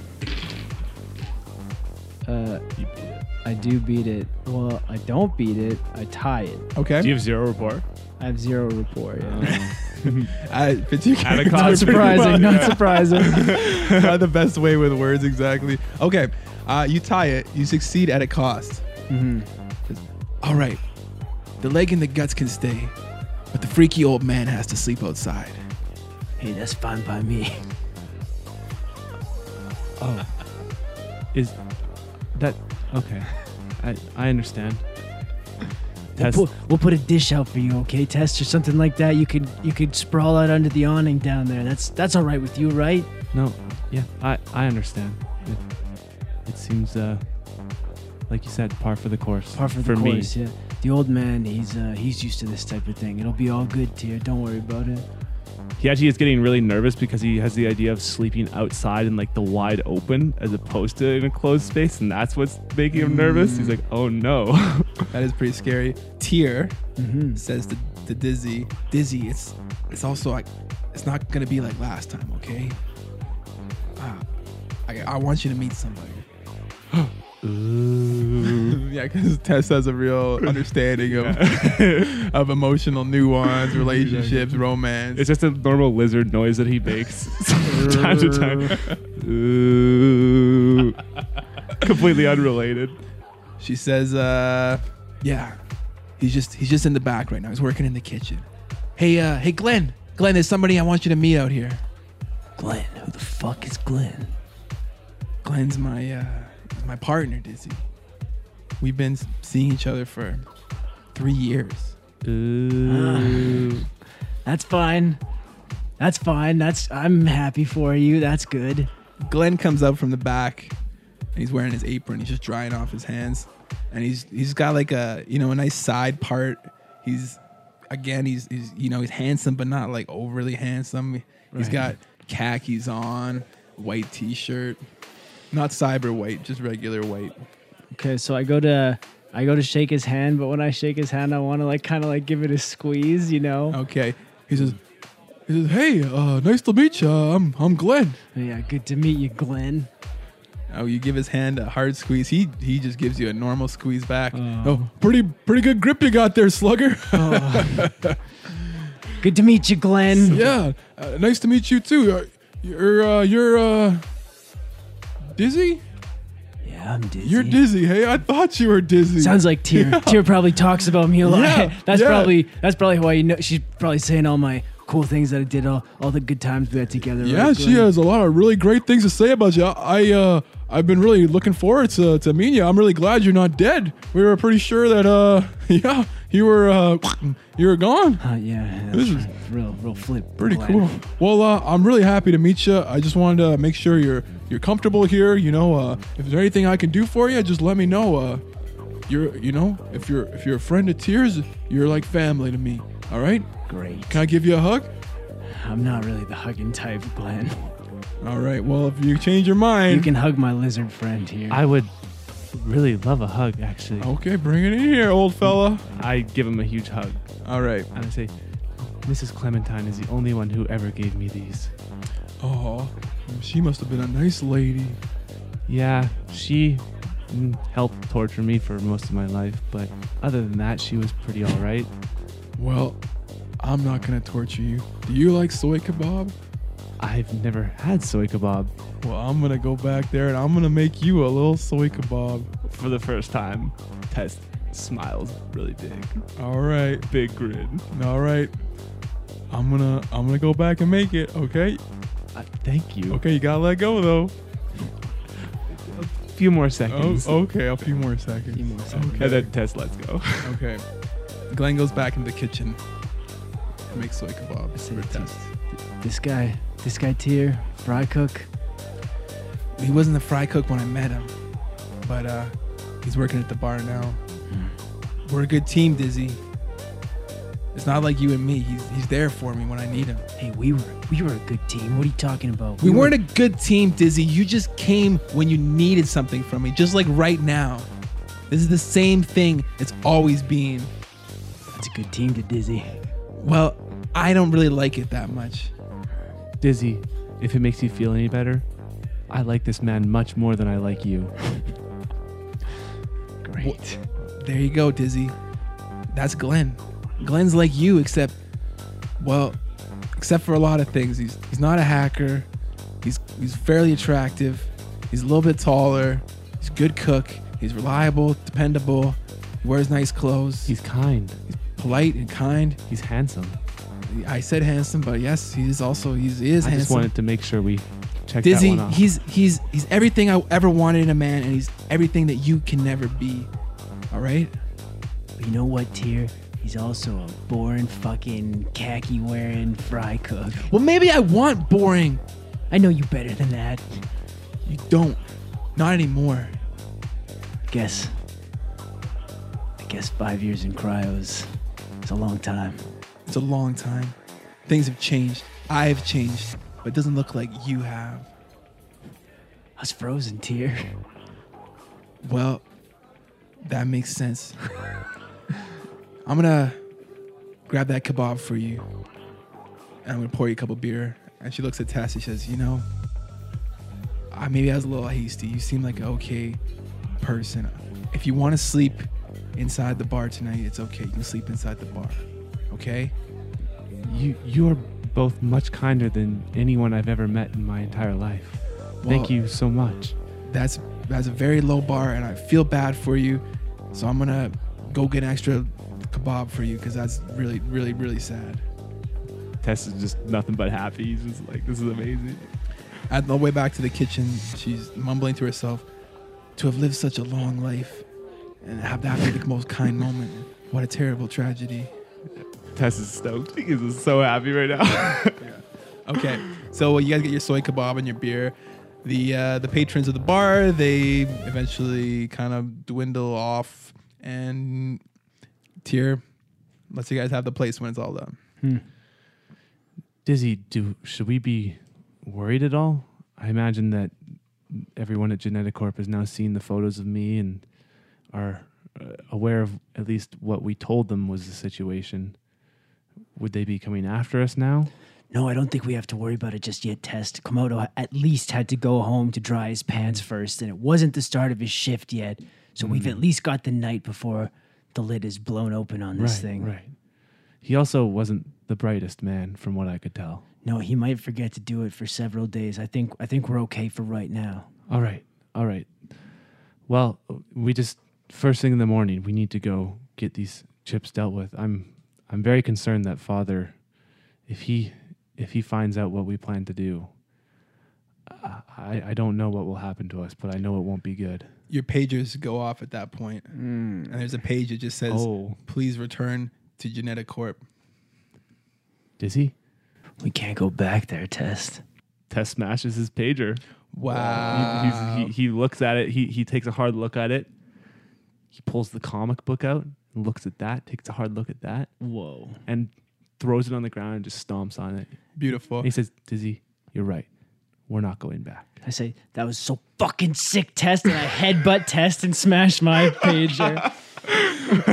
C: Uh,
D: You beat it.
C: I do beat it. Well, I don't beat it. I tie it.
B: Okay.
D: Do you have zero rapport?
C: I have zero rapport.
D: Um,
C: Yeah.
B: I, but you
D: Out of
B: can't-
D: context.
B: You're
D: Not
B: pretty
C: surprising.
B: much-
C: Not surprising.
B: not the best way with words exactly. Okay, uh, you tie it. You succeed at a cost.
C: Mm-hmm.
B: All right, the leg and the guts can stay, but the freaky old man has to sleep outside.
C: hey, that's fine by me.
D: Oh, is that okay? I I understand. Tess,
C: We'll put, we'll put a dish out for you, okay, Tess, or something like that. You could you could sprawl out under the awning down there. That's that's all right with you, right?
D: no, yeah, I I understand. It, it seems uh, like you said, par for the course.
C: Par for the
D: for me.
C: course, yeah. The old man, he's uh, he's used to this type of thing. It'll be all good, dear. Don't worry about it.
D: He actually is getting really nervous because he has the idea of sleeping outside in like the wide open as opposed to in a closed space, and that's what's making him nervous. He's like, "Oh no!"
B: That is pretty scary. Tear
C: Mm-hmm.
B: says to, to Dizzy, Dizzy, it's it's also like it's not gonna be like last time, okay? Uh, I, I want you to meet somebody. yeah, because Tess has a real understanding of of emotional nuance, relationships, romance.
D: it's just a normal lizard noise that he makes from time to time. Ooh. two completely unrelated.
B: She says, uh, yeah, he's just he's just in the back right now. He's working in the kitchen. Hey, uh, hey, Glenn, Glenn, there's somebody I want you to meet out here.
C: Glenn, who the fuck is Glenn?
B: Glenn's my uh, he's my partner, Dizzy. We've been s- seeing each other for three years.
C: Ah.
D: Ooh.
C: That's fine. That's fine. That's I'm happy for you. That's good.
B: Glenn comes up from the back, and he's wearing his apron. He's just drying off his hands, and he's he's got like a you know a nice side part. He's again he's he's you know he's handsome but not like overly handsome. He's
C: Right.
B: got khakis on, white t-shirt, not cyber white, just regular white.
C: Okay, so I go to I go to shake his hand, but when I shake his hand, I want to like kind of like give it a squeeze, you know?
B: Okay, he says. He says, "Hey, uh, nice to meet you. I'm I'm Glenn."
C: Yeah, good to meet you, Glenn.
B: Oh, you give his hand a hard squeeze. He he just gives you a normal squeeze back. Oh, pretty pretty good grip you got there, Slugger.
C: Good to meet you, Glenn.
B: yeah, uh, nice to meet you too. Uh, you're uh, you're uh, dizzy.
C: Yeah, I'm dizzy.
B: You're dizzy. Hey, I thought you were dizzy.
C: Sounds like Tyr. Tyr probably talks about me a lot.
B: Yeah,
C: that's
B: yeah.
C: probably that's probably why you know she's probably saying all my cool things that I did, all all the good times we had together.
B: yeah,
C: right,
B: she
C: Glenn?
B: has a lot of really great things to say about you. I uh, I've been really looking forward to to meeting you. I'm really glad you're not dead. We were pretty sure that uh, yeah, you were uh, you were gone.
C: Uh, yeah,
B: This
C: this
B: is
C: is real, real flip.
B: Pretty
C: Glenn.
B: cool. Well, uh, I'm really happy to meet you. I just wanted to make sure you're you're comfortable here. You know, uh, if there's anything I can do for you, just let me know. Uh, you're you know, if you're if you're a friend of Tears, you're like family to me. All right?
C: Great.
B: Can I give you a hug?
C: I'm not really the hugging type, Glenn.
B: All right. Well, if you change your mind,
C: You can hug my lizard friend here.
D: I would really love a hug, actually.
B: Okay, bring it in here, old fella.
D: I give him a huge hug.
B: All right.
D: And I say, Mrs. Clementine is the only one who ever gave me these.
B: Oh, she must have been a nice lady.
D: Yeah, she mm, helped torture me for most of my life, but other than that, she was pretty all right.
B: Well, I'm not gonna torture you. Do you like soy kebab?
D: I've never had soy kebab
B: Well, I'm gonna go back there and I'm gonna make you a little soy kebab.
D: for the first time. Tess smiles really big,
B: All right,
D: big grin.
B: all right. I'm gonna I'm gonna go back and make it. Okay,
D: Uh, thank you.
B: okay. You gotta let go though.
D: A few more
B: Oh,
D: seconds.
B: okay. A few more seconds.
C: Few more seconds.
D: And then Tess lets go.
B: Okay. Glenn goes back into the kitchen. and makes soy kebab for test.
C: this guy, this guy Tyr, fry cook.
B: He wasn't the fry cook when I met him, but uh, he's working at the bar now. We're a good team, Dizzy. It's not like you and me. He's, he's there for me when I need him.
C: Hey, we were we were a good team. What are you talking about?
B: We weren't a good team, Dizzy. You just came when you needed something from me, just like right now. This is the same thing it's always been.
C: A- it's a good team to dizzy.
B: Well, I don't really like it that much.
D: Dizzy, if it makes you feel any better, I like this man much more than I like you.
C: Great.
B: There you go, Dizzy. That's Glenn. Glenn's like you, except, well, except for a lot of things. He's he's not a hacker. He's he's fairly attractive. He's a little bit taller. He's a good cook. He's reliable, dependable. He wears nice clothes. He's
D: He's kind.
B: polite and kind.
D: He's handsome.
B: I said handsome, but yes, he is also he's, he is
D: I
B: handsome.
D: just wanted to make sure we checked that
B: Dizzy,
D: one off.
B: he's he's he's everything I ever wanted in a man, and he's everything that you can never be. All right.
C: But you know what, Tyr? He's also a boring fucking khaki wearing fry cook.
B: Well, maybe I want boring.
C: I know you better than that.
B: You don't. Not anymore.
C: Guess. I guess five years in cryos. It's a long time.
B: It's a long time. Things have changed. I've changed, but it doesn't look like you have.
C: I was frozen, Tyr.
B: Well, that makes sense. I'm gonna grab that kebab for you, and I'm gonna pour you a cup of beer. And she looks at Tess. and She says, "You know, I, maybe I was a little hasty. You seem like an okay person. If you want to sleep inside the bar tonight, it's okay. You can sleep inside the bar, okay?"
D: You you are both much kinder than anyone I've ever met in my entire life.
B: Well-
D: Thank you so much.
B: that's that's a very low bar, and I feel bad for you. So I'm gonna go get an extra kebab for you because that's really, really, really sad.
D: Tess is just nothing but happy. He's just like, this is amazing.
B: On the way back to the kitchen, she's mumbling to herself, "To have lived such a long life, and have that be the most kind moment. What a terrible tragedy."
D: Tess is stoked. He is so happy right now.
B: Okay, so you guys get your soy kebab and your beer. The uh, the patrons of the bar they eventually kind of dwindle off, and tier lets you guys have the place when it's all done.
C: Hmm.
D: Dizzy, do should we be worried at all? I imagine that everyone at Genetic Corp has now seen the photos of me and are uh, aware of at least what we told them was the situation. Would they be coming after us now?
C: No, I don't think we have to worry about it just yet, Test. Komodo at least had to go home to dry his pants first, and it wasn't the start of his shift yet. So
D: Hmm.
C: we've at least got the night before the lid is blown open on this thing.
D: right. He also wasn't the brightest man, from what I could tell.
C: No, he might forget to do it for several days. I think I think we're okay for right now.
D: All right. All right. Well, we just first thing in the morning, we need to go get these chips dealt with. I'm I'm very concerned that father if he if he finds out what we plan to do, I I- I don't know what will happen to us, but I know it won't be good.
B: Your pagers go off at that point, and there's a page that just says,
D: Mm. Oh.
B: "Please return to Genetic Corp."
D: Does he?
C: We can't go back there, Test.
D: Tess smashes his pager. He,
B: Wow.
D: he's, he, he looks at it. He, he takes a hard look at it. He pulls the comic book out and looks at that, takes a hard look at that,
C: Whoa.
D: and throws it on the ground and just stomps on it.
B: Beautiful.
D: And he says, Dizzy, you're right. We're not going back.
C: I say that was so fucking sick, Test, and I headbutt Test and smash my pager.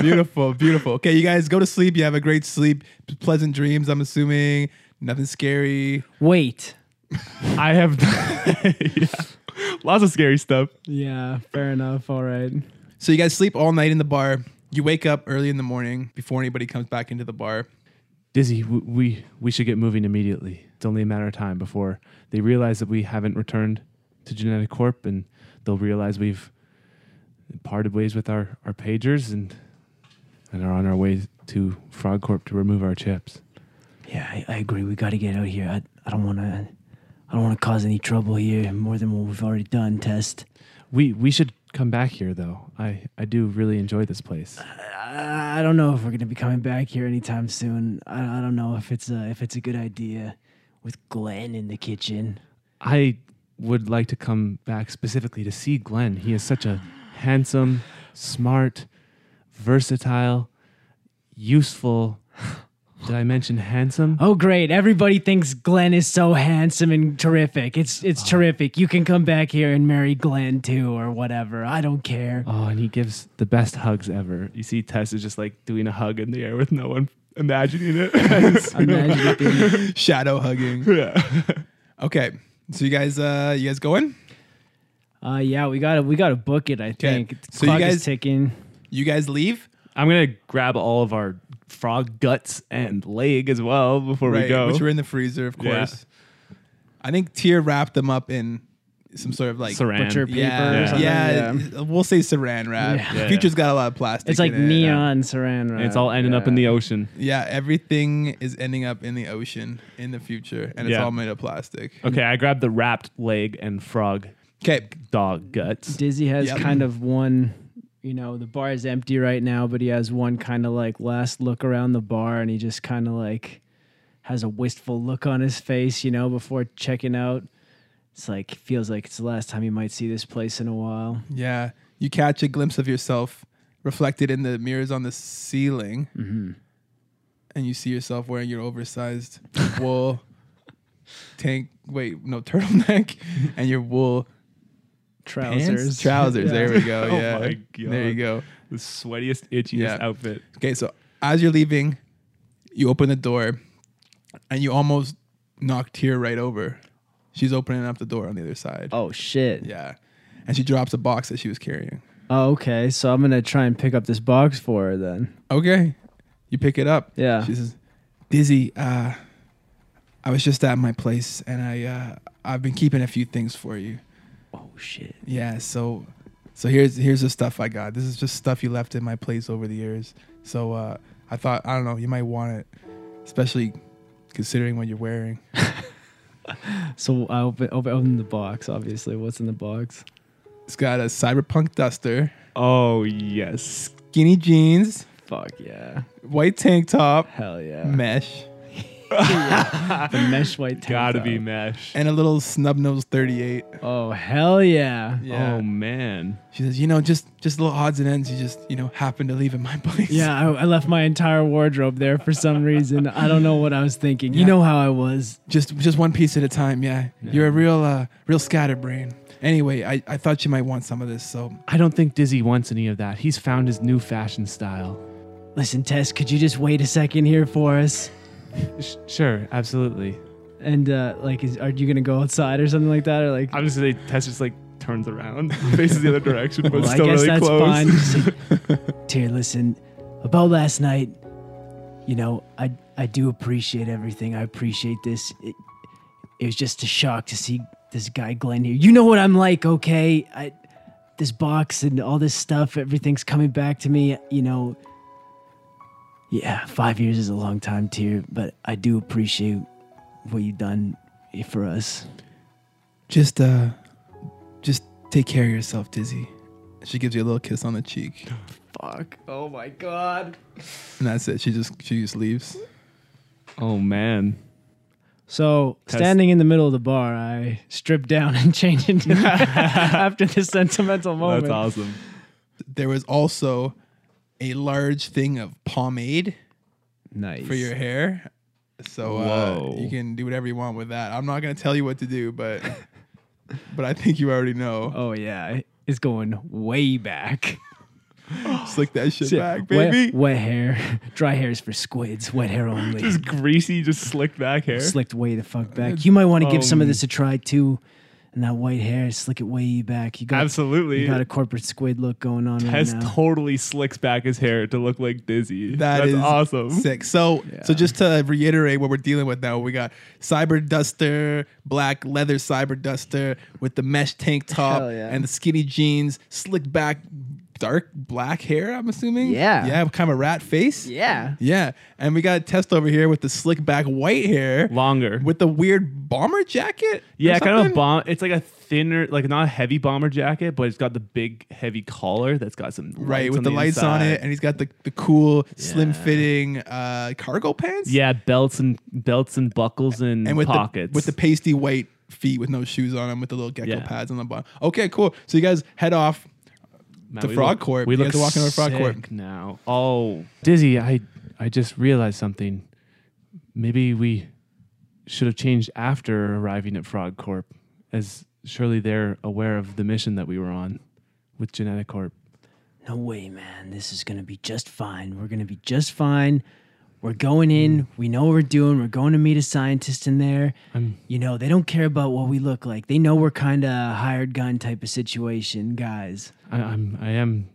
B: beautiful, beautiful. Okay, you guys go to sleep. You have a great sleep, pleasant dreams. I'm assuming nothing scary.
C: Wait.
D: I have lots of scary stuff.
C: Yeah, fair enough. All right.
B: So you guys sleep all night in the bar. You wake up early in the morning before anybody comes back into the bar.
D: Dizzy, w- we, we should get moving immediately. It's only a matter of time before they realize that we haven't returned to Genetic Corp and they'll realize we've parted ways with our, our pagers and and are on our way to Frog Corp to remove our chips.
C: Yeah, I, I agree. We got to get out here. I, I don't want to. I don't want to cause any trouble here more than what we've already done. Test.
D: We we should come back here though. I, I do really enjoy this place.
C: I, I don't know if we're gonna be coming back here anytime soon. I, I don't know if it's a if it's a good idea with Glenn in the kitchen.
D: I would like to come back specifically to see Glenn. He is such a handsome, smart, versatile, useful. Did I mention handsome?
C: Oh, great! Everybody thinks Glenn is so handsome and terrific. It's it's terrific. You can come back here and marry Glenn too, or whatever. I don't care.
D: Oh, and he gives the best hugs ever. You see, Tess is just like doing a hug in the air with no one imagining it.
C: Imagine it being-
B: Shadow hugging.
D: yeah.
B: Okay. So you guys uh you guys going?
C: uh, yeah, we gotta we gotta book it. I think
B: So you
C: Clock is
B: guys-
C: ticking.
B: You guys leave?
D: I'm gonna grab all of our frog guts and leg as well before we go.
B: Which were in the freezer, of
D: Yeah.
B: course. I think Tyr wrapped them up in some sort of like
D: Saran.
C: Butcher paper
B: Yeah,
C: or
B: yeah,
C: something.
B: We'll say saran wrap.
C: Yeah.
D: Yeah.
B: Future's got a lot of plastic.
C: It's like
B: in it. uh,
C: neon saran wrap.
D: And it's all ending up in the ocean.
B: Yeah, everything is ending up in the ocean in the future, and it's
D: Yeah.
B: all made of plastic.
D: Okay, I grabbed the wrapped leg and frog
B: Okay,
D: dog guts.
C: Dizzy has
B: Yep.
C: kind of one, you know, the bar is empty right now, but he has one kind of like last look around the bar and he just kind of like has a wistful look on his face, you know, before checking out. It's like, feels like it's the last time you might see this place in a while.
B: yeah, you catch a glimpse of yourself reflected in the mirrors on the ceiling,
D: Mm-hmm.
B: and you see yourself wearing your oversized wool tank. Wait, no turtleneck, and your wool
C: Trousers.
B: pants? Trousers.
C: Yeah.
B: There we go.
D: Oh
B: Yeah.
D: my
B: There you
D: God.
B: go.
D: The sweatiest, itchiest
B: Yeah.
D: outfit.
B: Okay, so as you're leaving, you open the door and you almost knock Tyr right over. She's opening up the door on the other side.
C: Oh, shit.
B: Yeah. And she drops a box that she was carrying.
C: Oh, okay. So I'm going to try and pick up this box for her then.
B: Okay. You pick it up.
C: Yeah.
B: She says, Dizzy, uh, I was just at my place and I uh, I've been keeping a few things for you.
C: Oh, shit.
B: Yeah, so so here's here's the stuff I got. This is just stuff you left in my place over the years. So uh I thought I don't know, you might want it, especially considering what you're wearing.
C: So I open, open, open the box, obviously. What's in the box?
B: It's got a cyberpunk duster,
D: Oh yes.
B: skinny jeans,
C: Fuck yeah.
B: white tank top,
C: Hell yeah.
D: Mm.
B: mesh,
C: the mesh white tank
D: Gotta
C: top.
D: be mesh.
B: and a little snub nose 38.
C: Oh, hell yeah.
B: Yeah.
D: Oh man.
B: She says, you know, just just little odds and ends you just, you know, happen to leave in my place.
C: Yeah, I, I left my entire wardrobe there for some reason. I don't know what I was thinking. You
B: Yeah.
C: know how I was.
B: Just just one piece at a time, yeah. You're a real uh real scatterbrain. Anyway, I, I thought you might want some of this, so
D: I don't think Dizzy wants any of that. He's found his new fashion style.
C: Listen, Tess, could you just wait a second here for us?
D: Sh- sure, absolutely.
C: And uh, like, is, are you gonna go outside or something like that, or like?
D: I'm just gonna say Tess just like turns around, faces the other direction, but
C: Well,
D: still really close.
C: fine. Dear, listen, about last night, you know, I I do appreciate everything. I appreciate this. It, it was just a shock to see this guy Glenn here. You know what I'm like, okay? I this box and all this stuff, everything's coming back to me, you know. Yeah, five years is a long time, Tyr, but I do appreciate what you've done for us.
B: Just uh just take care of yourself, Dizzy. She gives you a little kiss on the cheek.
C: Fuck. Oh my god.
B: And that's it. She just she just leaves.
D: Oh man.
C: So
D: Test-
C: standing in the middle of the bar, I stripped down and changed into after this sentimental moment.
D: That's awesome.
B: There was also a large thing of pomade
C: Nice
B: for your hair. So uh,
D: Whoa.
B: you can do whatever you want with that. I'm not gonna tell you what to do, but but I think you already know.
C: Oh yeah, it's going way back. Oh.
B: Slick that shit back,
C: Wet-
B: baby.
C: Wet, hair, dry hair is for squids. Wet hair only.
D: Just greasy, just slick back hair.
C: Slicked way the fuck back. You might want to give some of
D: Um,
C: this a try too. And that white hair, slick it way back. You got
D: Absolutely.
C: You got a corporate squid look going on
D: Tess
C: right now.
D: totally slicks back his hair to look like Dizzy.
B: That
D: That's
B: is
D: awesome.
B: Sick. So, so just to reiterate what we're dealing with now, we got cyber duster, black leather cyber duster with the mesh tank top
C: Hell yeah.
B: and the skinny jeans, slick back, dark black hair. I'm assuming.
C: Yeah.
B: Yeah, kind of a rat face.
C: yeah.
B: Yeah, and we got Test over here with the slick back white hair,
D: Longer.
B: with the weird bomber jacket. or
D: yeah, kind of
B: something?
D: a bomb. It's like a thinner, like not a heavy bomber jacket, but it's got the big heavy collar that's got some
B: Right,
D: lights
B: with
D: on
B: the, lights on
D: inside.
B: it, and he's got the, the cool, slim fitting uh, cargo pants.
D: Yeah, belts and belts and buckles and,
B: and with
D: pockets.
B: the with the pasty white feet with no shoes on them with the little gecko
D: Yeah.
B: pads on the bottom. Okay, cool. So you guys head off.
D: Man,
B: the
D: we
B: frog
D: look-
B: court.
D: We
B: You
D: look
B: guys are walking over
D: sick
B: frog court.
D: now. Oh, Dizzy, I I just realized something. Maybe we should have changed after arriving at Frog Corp, as surely they're aware of the mission that we were on with Genetic Corp.
C: No way, man. This is going to be just fine. We're going to be just fine. We're going in. We know what we're doing. We're going to meet a scientist in there. you know, they don't care about what we look like. They know we're kind of hired gun type of situation, guys.
D: I, I'm I am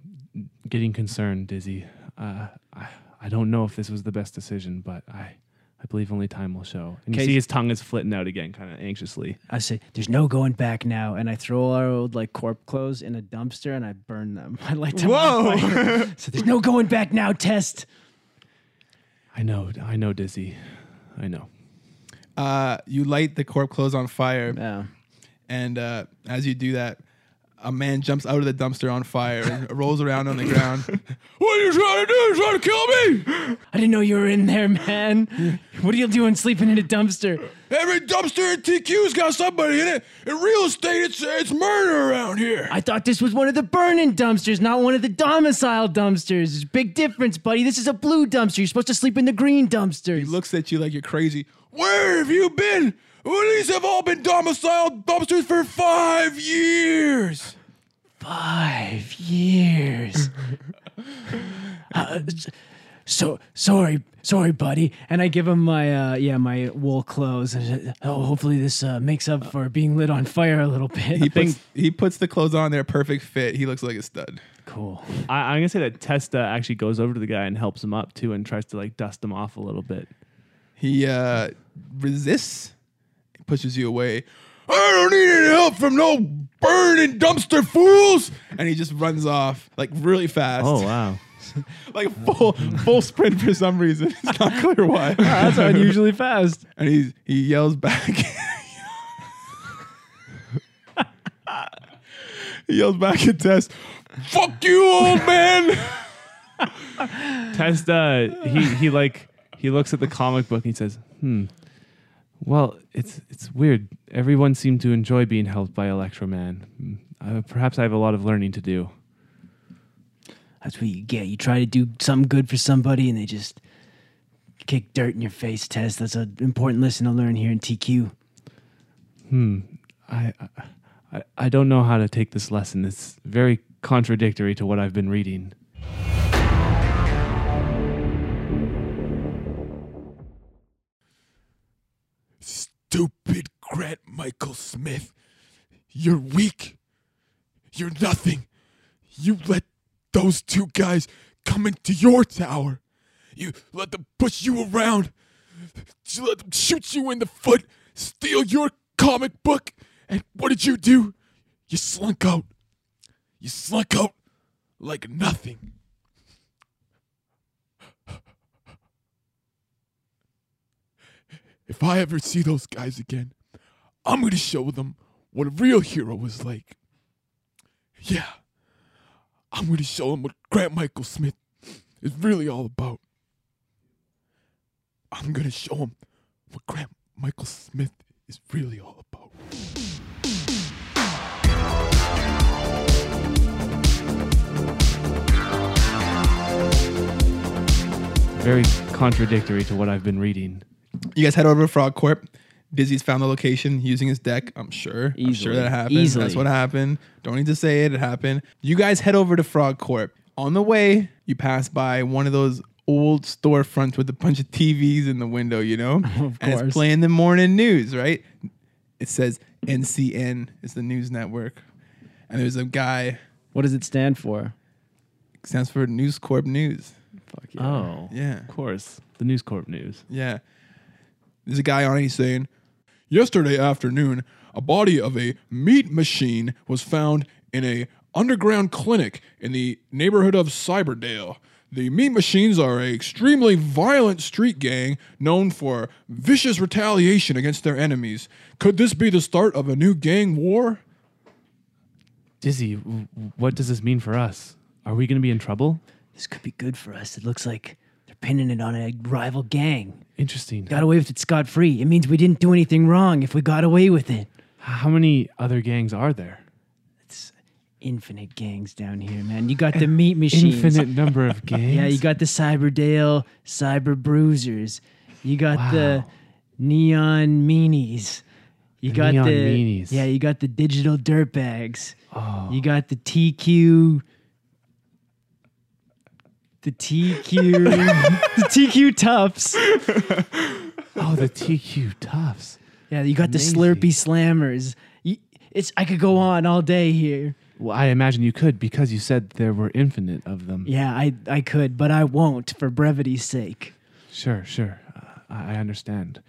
D: getting concerned, Dizzy. Uh, I I don't know if this was the best decision, but I. I believe only time will show. And
C: Okay.
D: you see his tongue is flitting out again, kind of anxiously.
C: I say, there's no going back now. And I throw our old, like, corp clothes in a dumpster and I burn them. I light them on fire. so there's no going back now, test.
D: I know, I know, Dizzy. I know.
B: Uh, you light the corp clothes on fire,
C: Yeah.
B: and uh, as you do that, a man jumps out of the dumpster on fire and rolls around on the ground. what are you trying to do? You trying to kill me?
C: I didn't know you were in there, man. what are you doing sleeping in a dumpster?
B: Every dumpster in TQ's got somebody in it. In real estate, it's it's murder around here.
C: I thought this was one of the burning dumpsters, not one of the domicile dumpsters. There's a big difference, buddy. This is a blue dumpster. You're supposed to sleep in the green dumpsters.
B: He looks at you like you're crazy. Where have you been? Well, these have all been domiciled dumpsters for five years.
C: Five years. Uh, s- so sorry, sorry, buddy. And I give him my uh, yeah, my wool clothes. And, uh, oh, hopefully this uh, makes up for being lit on fire a little bit.
B: He puts, he puts the clothes on there, perfect fit. He looks like a stud.
C: cool.
D: I, I'm gonna say that Testa actually goes over to the guy and helps him up too, and tries to like dust him off a little bit.
B: He uh, resists, pushes you away. I don't need any help from no burning dumpster fools. And he just runs off like really fast.
D: Oh wow.
B: Like full full sprint for some reason. It's not clear why.
C: That's unusually fast.
B: and he he yells back. he yells back at Tess, "Fuck you, old man!"
D: Test uh he he like he looks at the comic book and he says, "Hmm. Well, it's it's weird. Everyone seemed to enjoy being helped by Electroman. Hmm, Uh, perhaps I have a lot of learning to do."
C: That's what you get. You try to do some good for somebody, and they just kick dirt in your face. Test. That's an important lesson to learn here in TQ.
D: Hmm. I I I don't know how to take this lesson. It's very contradictory to what I've been reading.
A: Stupid Grant Michael Smith. You're weak. You're nothing. You let those two guys come into your tower. You let them push you around. You let them shoot you in the foot, steal your comic book. And what did you do? You slunk out. You slunk out like nothing. If I ever see those guys again, I'm going to show them what a real hero is like. Yeah, I'm going to show them what Grant Michael Smith is really all about. I'm going to show them what Grant Michael Smith is really all about.
D: Very contradictory to what I've been reading.
B: You guys head over to Frog Corp. Dizzy's found the location using his deck. I'm sure. I'm sure
C: Easily.
B: that happened.
C: Easily.
B: That's what happened. Don't need to say it. It happened. You guys head over to Frog Corp. On the way, you pass by one of those old storefronts with a bunch of TVs in the window. You know,
C: Of
B: and it's
C: course.
B: playing the morning news. Right? It says NCN is the news network, and there's a guy
E: What does it stand for?
B: stands for News Corp News.
E: Fuck yeah.
D: Oh.
B: Yeah.
D: Of course. The News Corp news.
B: Yeah. There's a guy on it, he's saying, Yesterday afternoon, a body of a meat machine was found in a underground clinic in the neighborhood of Cyberdale. The meat machines are a extremely violent street gang known for vicious retaliation against their enemies. Could this be the start of a new gang war?
D: Dizzy, w- w- what does this mean for us? Are we going to be in trouble?
C: This could be good for us. It looks like they're pinning it on a rival gang.
D: Interesting.
C: Got away with it scot free. It means we didn't do anything wrong if we got away with it.
D: How many other gangs are there?
C: Infinite gangs down here, man. You got the meat machines.
D: Infinite number of gangs.
C: Yeah, you got the Cyberdale Cyber Bruisers. You got the
D: Wow.
C: Neon Meanies. You
D: The
C: got
D: Neon
C: the
D: Meanies. Oh.
C: Yeah, you got the digital dirtbags. You got the TQ the TQ the TQ Tufts.
D: oh, the TQ Tufts.
C: Yeah, you got
D: Amazing.
C: the Slurpee Slammers. You, it's I could go on all day here.
D: Well, I imagine you could because you said there were infinite of them.
C: Yeah, I I could, but I won't for brevity's sake.
D: Sure, sure. Uh, I I understand.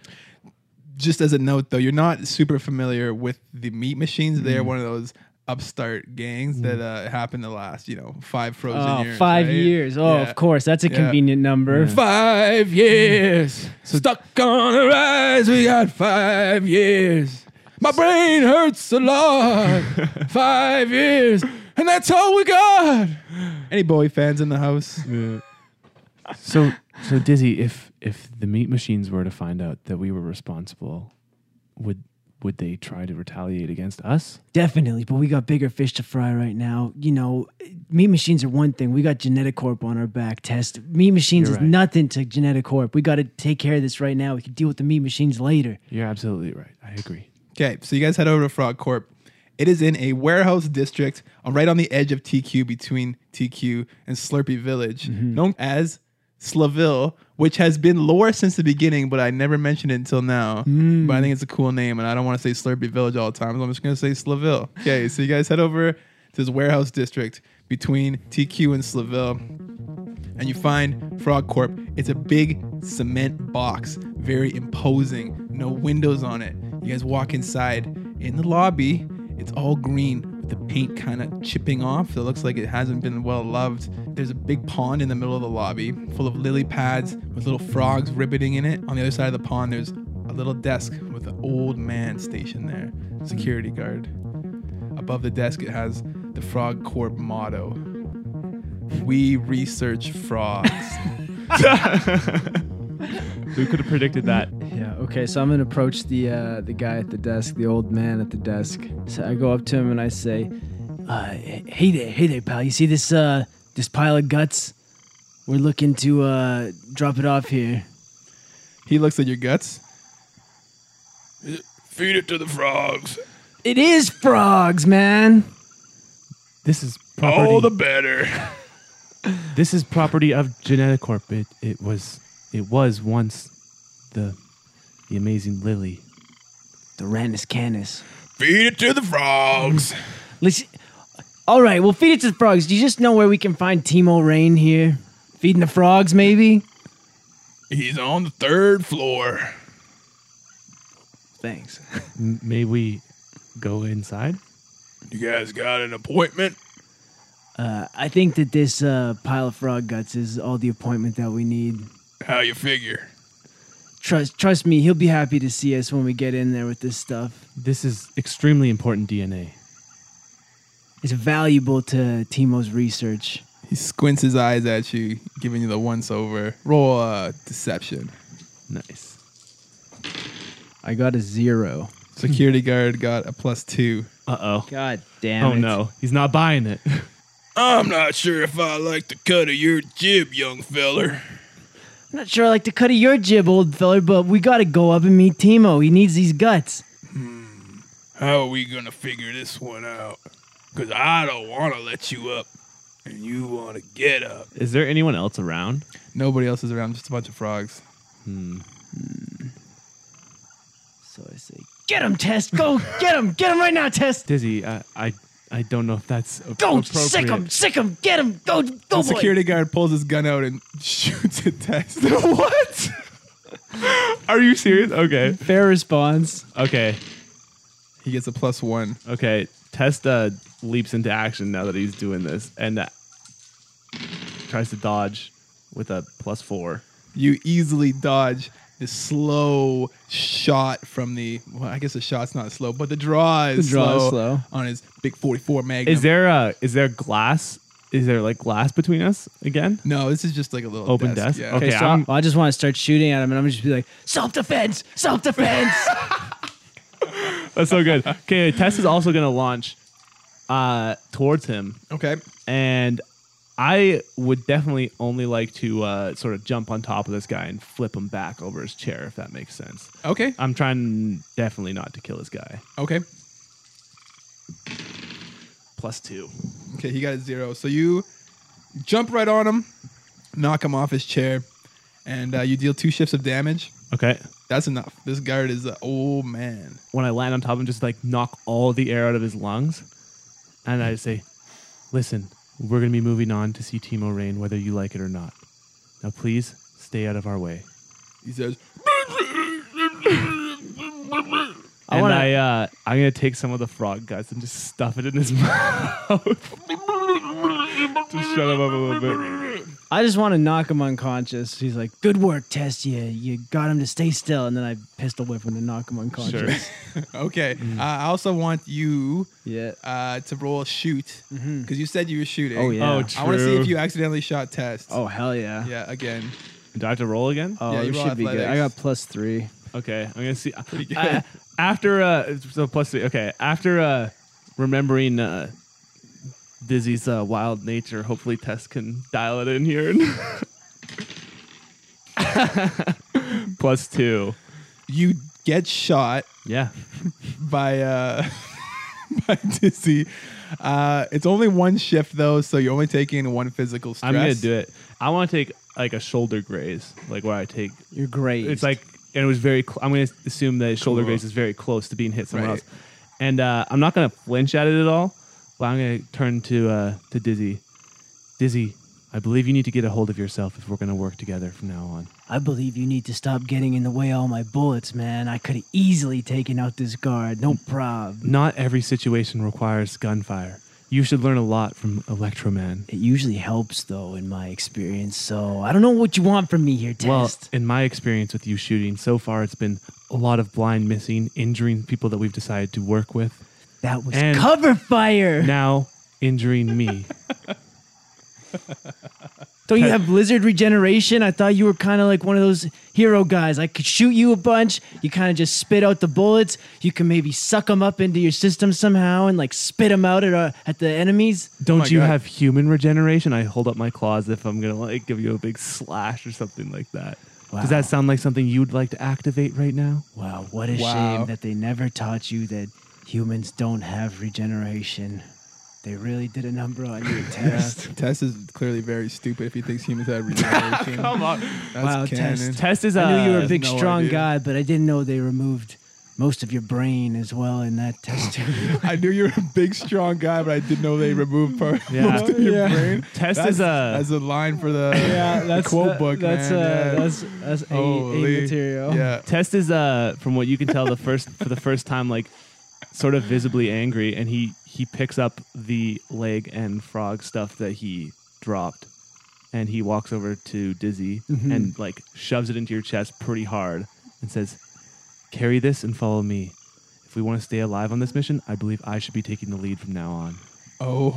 B: just as a note though, you're not super familiar with the meat machines. They're
C: Mm.
B: one of those upstart gangs that uh, happened the last, you know, five frozen
C: Oh,
B: years.
C: five
B: right?
C: years. Oh,
B: Yeah.
C: of course. Mm. That's a
B: Yeah.
C: convenient number.
B: Five years. Stuck on the rise. We got five years. My brain hurts a lot. five years. And that's all we got. Any Bowie fans in the house?
D: So, so Dizzy, if if the meat machines were to find out that we were responsible, would would they try to retaliate against us?
C: Definitely, but we got bigger fish to fry right now. You know, meat machines are one thing. We got Genetic Corp on our back test. Meat machines
D: You're
C: is
D: right.
C: nothing to Genetic Corp. We got to take care of this right now. We can deal with the meat machines later.
D: You're absolutely right. I agree.
B: Okay, so you guys head over to Frog Corp. It is in a warehouse district uh, right on the edge of TQ between TQ and Slurpee Village, known as Slaville, which has been lore since the beginning, but I never mentioned it until now. But I think it's a cool name, and I don't want to say Slurpee Village all the time, so I'm just going to say Slaville. Okay, so you guys head over to this warehouse district between TQ and Slaville and you find Frog Corp. It's a big cement box, very imposing, no windows on it. You guys walk inside. in the lobby. It's all green with the paint kind of chipping off, so it looks like it hasn't been well loved. There's a big pond in the middle of the lobby full of lily pads with little frogs ribbiting in it. On the other side of the pond, there's a little desk with an old man stationed there, security guard. Above the desk, it has the Frog Corp motto We research frogs.
D: Who could have predicted that?
E: Yeah. Okay. So I'm gonna approach the uh, the guy at the desk, the old man at the desk. So I go up to him and I say,
C: Uh, hey there, hey there, pal. You see this uh this pile of guts? We're looking to uh drop it off here.
B: he looks at your guts.
A: Feed it to the frogs.
C: It is frogs, man.
D: This is property.
B: Oh,
A: All the better.
D: this is property of Geneticorp. It it was it was once the the amazing Lily.
C: The ranus canis.
A: Feed it to the frogs.
C: Listen. All right, we'll feed it to the frogs. Do you just know where we can find Timo Rain here? Feeding the frogs, maybe.
A: He's on the third floor.
C: Thanks.
D: M- may we go inside?
A: You guys got an appointment?
C: Uh, I think that this uh, pile of frog guts is all the appointment that we need.
A: How you figure?
C: Trust, trust me, he'll be happy to see us when we get in there with this stuff.
D: This is extremely important DNA.
C: It's valuable to Timo's research.
B: He squints his eyes at you, giving you the once over. Roll uh, deception.
D: Nice.
E: "I got a zero.
B: Security guard got a plus two.
D: Uh oh.
E: God damn
D: Oh
E: it.
D: no, he's not buying it.
A: I'm not sure if I like the cut of your jib, young feller.
C: I'm not sure I like the cut of your jib, old feller, but we gotta go up and meet Timo. He needs these guts.
A: How are we gonna figure this one out? Cause I don't wanna let you up, and you wanna get up.
D: is there anyone else around?
B: Nobody else is around, just a bunch of frogs.
C: So I say, get him, Tess. Go get him. Get him right now, Tess.
D: Dizzy, I I, I don't know if that's a-
C: Go
D: appropriate.
C: sick him. Sick him. Get him. Go, go,
B: The
C: Oh, boy.
B: security guard pulls his gun out and shoots at Tess. what?
D: Are you serious? Okay.
E: Fair response.
D: Okay.
B: He gets a plus one.
D: Okay. Testa leaps into action now that he's doing this and uh, tries to dodge with a plus four.
B: You easily dodge this slow shot from the. Well, I guess the shot's not slow, but the draw is,
E: The draw
B: slow,
E: is slow.
B: on his big 44 magnum.
D: Is there a is there glass? Is there like glass between us again?
B: No, this is just like a little
D: Open desk?
B: Yeah.
D: Okay.
E: Okay, so
D: I'm-
E: I just want to start shooting at him, and I'm just be like,
C: Self defense. Self defense.
D: That's so good. Okay, Tess is also gonna launch uh towards him.
B: Okay.
D: And I would definitely only like to uh sort of jump on top of this guy and flip him back over his chair if that makes sense.
B: Okay.
D: I'm trying definitely not to kill this guy.
B: Okay.
D: Plus two.
B: Okay, he got a zero. So you jump right on him, knock him off his chair, and uh, you deal two shifts of damage.
D: Okay.
B: That's enough. This guard is an old man.
D: When I land on top of him, just like knock all the air out of his lungs. And I say, listen, we're going to be moving on to see Timo Rain, whether you like it or not. Now, please stay out of our way.
B: He says,
D: and
E: wanna-
D: I, uh, I'm going to take some of the frog guts and just stuff it in his mouth. just shut him up a little bit.
E: I just want to knock him unconscious. He's like,
C: Good work, Tess. You, you got him to stay still, and then I pistol whip him to knock him unconscious.
D: Sure.
B: "Okay." Uh, I also want you
E: yeah.
B: uh, to roll shoot because you said you were shooting.
E: Oh, yeah.
D: Oh,
B: I want to see
D: true.
B: if you accidentally shot test.
E: Oh hell yeah.
B: yeah. Again,
D: Do I have to roll again?
E: Oh,
B: Yeah, you
E: it
B: roll
E: should be good.
B: athletics.
E: I got plus three.
D: Okay, I'm gonna see. I- after uh, so plus three. Okay, after uh, remembering uh, Dizzy's uh, wild nature, hopefully Tess can dial it in here. plus two.
B: you get shot
D: Yeah.
B: by uh, by Dizzy. Uh, it's only one shift though, so you're only taking one physical stress.
D: I'm gonna do it. I want to take like a shoulder graze, like where I take.
E: You're great.
D: It's like and it was very. Cl- I'm gonna assume that shoulder
B: Cool.
D: graze is very close to being hit somewhere
B: Right.
D: else, and uh, I'm not gonna flinch at it at all. But I'm gonna turn to uh, to Dizzy. Dizzy, I I believe you need to get a hold of yourself if we're going to work together from now on.
C: I believe you need to stop getting in the way of all my bullets, man. I could have easily taken out this guard, no prob.
D: Not every situation requires gunfire. You should learn a lot from Electroman.
C: It usually helps, though, in my experience. So I don't know what you want from me here,
D: Well,
C: Test.
D: in my experience with you shooting so far, it's been a lot of blind missing, injuring people that we've decided to work with.
C: that was
D: and-
C: cover fire.
D: Now injuring me.
C: Don't you have lizard regeneration? I thought you were kind of like one of those hero guys. I could shoot you a bunch. You kind of just spit out the bullets. You can maybe suck them up into your system somehow and like spit them out at, uh, at the enemies.
D: Don't
B: my
D: you
B: God.
D: have human regeneration? I hold up my claws if I'm gonna like give you a big slash or something like that. Does
C: Wow.
D: that sound like something you'd like to activate right now?
C: Wow, what a
B: Wow.
C: shame that they never taught you that humans don't have regeneration. They really did a number on your test.
B: Tess is clearly very stupid if he thinks humans have regeneration. Come on. That's
C: Wow, Tess.
B: canon.
D: Test is
C: I knew you were a
B: has
C: big,
B: Uh, no
C: strong
B: idea.
C: guy, but I didn't know they removed most of your brain as well in that test too.
B: I knew you were a big, strong guy, but I didn't know they removed part
D: Yeah.
B: most of your
E: Yeah.
B: brain.
D: Test
B: That's-
D: is uh, a
B: That's a line for the,
E: Yeah,
B: the
E: that's
B: quote
E: the-
B: book,
E: That's
B: man.
E: uh,
B: yeah.
E: that's that's a,
B: Holy-
E: a material.
B: yeah.
D: test is uh from what you can tell the first for the first time like sort of visibly angry and he he picks up the leg and frog stuff that he dropped and he walks over to Dizzy
B: Mm-hmm.
D: and like shoves it into your chest pretty hard and says carry this and follow me if we want to stay alive on this mission I believe I should be taking the lead from now on
B: Oh.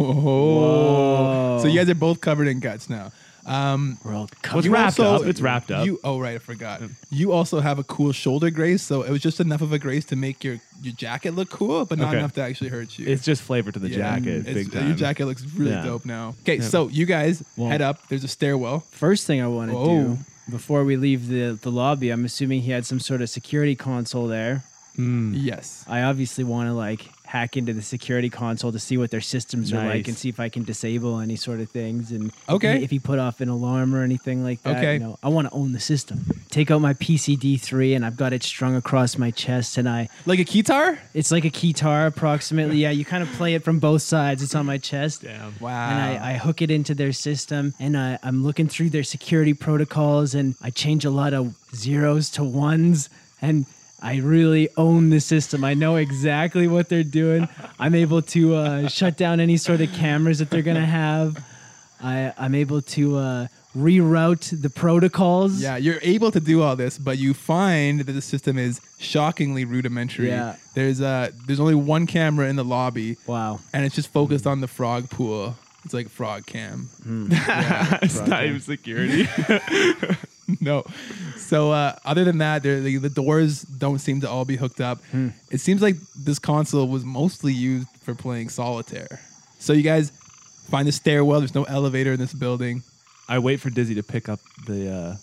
B: So you guys are both covered in guts now. Um,
C: We're all
D: What's
B: you
C: covered.
D: wrapped
B: also-
D: up? It's wrapped up.
B: You, oh right, I forgot. You also have a cool shoulder grace, so it was just enough of a grace to make your, your jacket look cool, but not
D: Okay.
B: enough to actually hurt you.
D: it's just flavor to the
B: Yeah.
D: jacket
B: It's-
D: big
B: uh,
D: time
B: Your jacket looks really
D: Yeah.
B: dope now. Okay, so you guys head up. There's a stairwell.
E: First thing I want to
B: Whoa.
E: do before we leave the the lobby, I'm assuming he had some sort of security console there.
D: Mm.
B: Yes.
E: I obviously want to like hack into the security console to see what their systems are like
D: Nice.
E: and see if I can disable any sort of things and
B: Okay.
E: if he put off an alarm or anything like that.
B: Okay.
E: You know, I want to own the system. Take out my PCD3 and I've got it strung across my chest and I
B: Like a guitar?
E: it's like a guitar approximately. yeah, you kind of play it from both sides. It's on my chest.
D: Damn.
B: Wow.
E: And I, I hook it into their system, and I, I'm looking through their security protocols, and I change a lot of zeros to ones, and I really own the system. I know exactly what they're doing. I'm able to uh, shut down any sort of cameras that they're gonna have. I, I'm able to uh, reroute the protocols.
B: yeah, you're able to do all this, but you find that the system is shockingly rudimentary.
E: Yeah.
B: There's uh there's only one camera in the lobby.
E: Wow.
B: And it's just focused on the frog pool. It's like frog cam.
D: it's not even security
B: no. So uh, other than that, there, the, the doors don't seem to all be hooked up. It seems like this console was mostly used for playing solitaire. So you guys find the stairwell. There's no elevator in this building.
D: I wait for Dizzy to pick up the uh,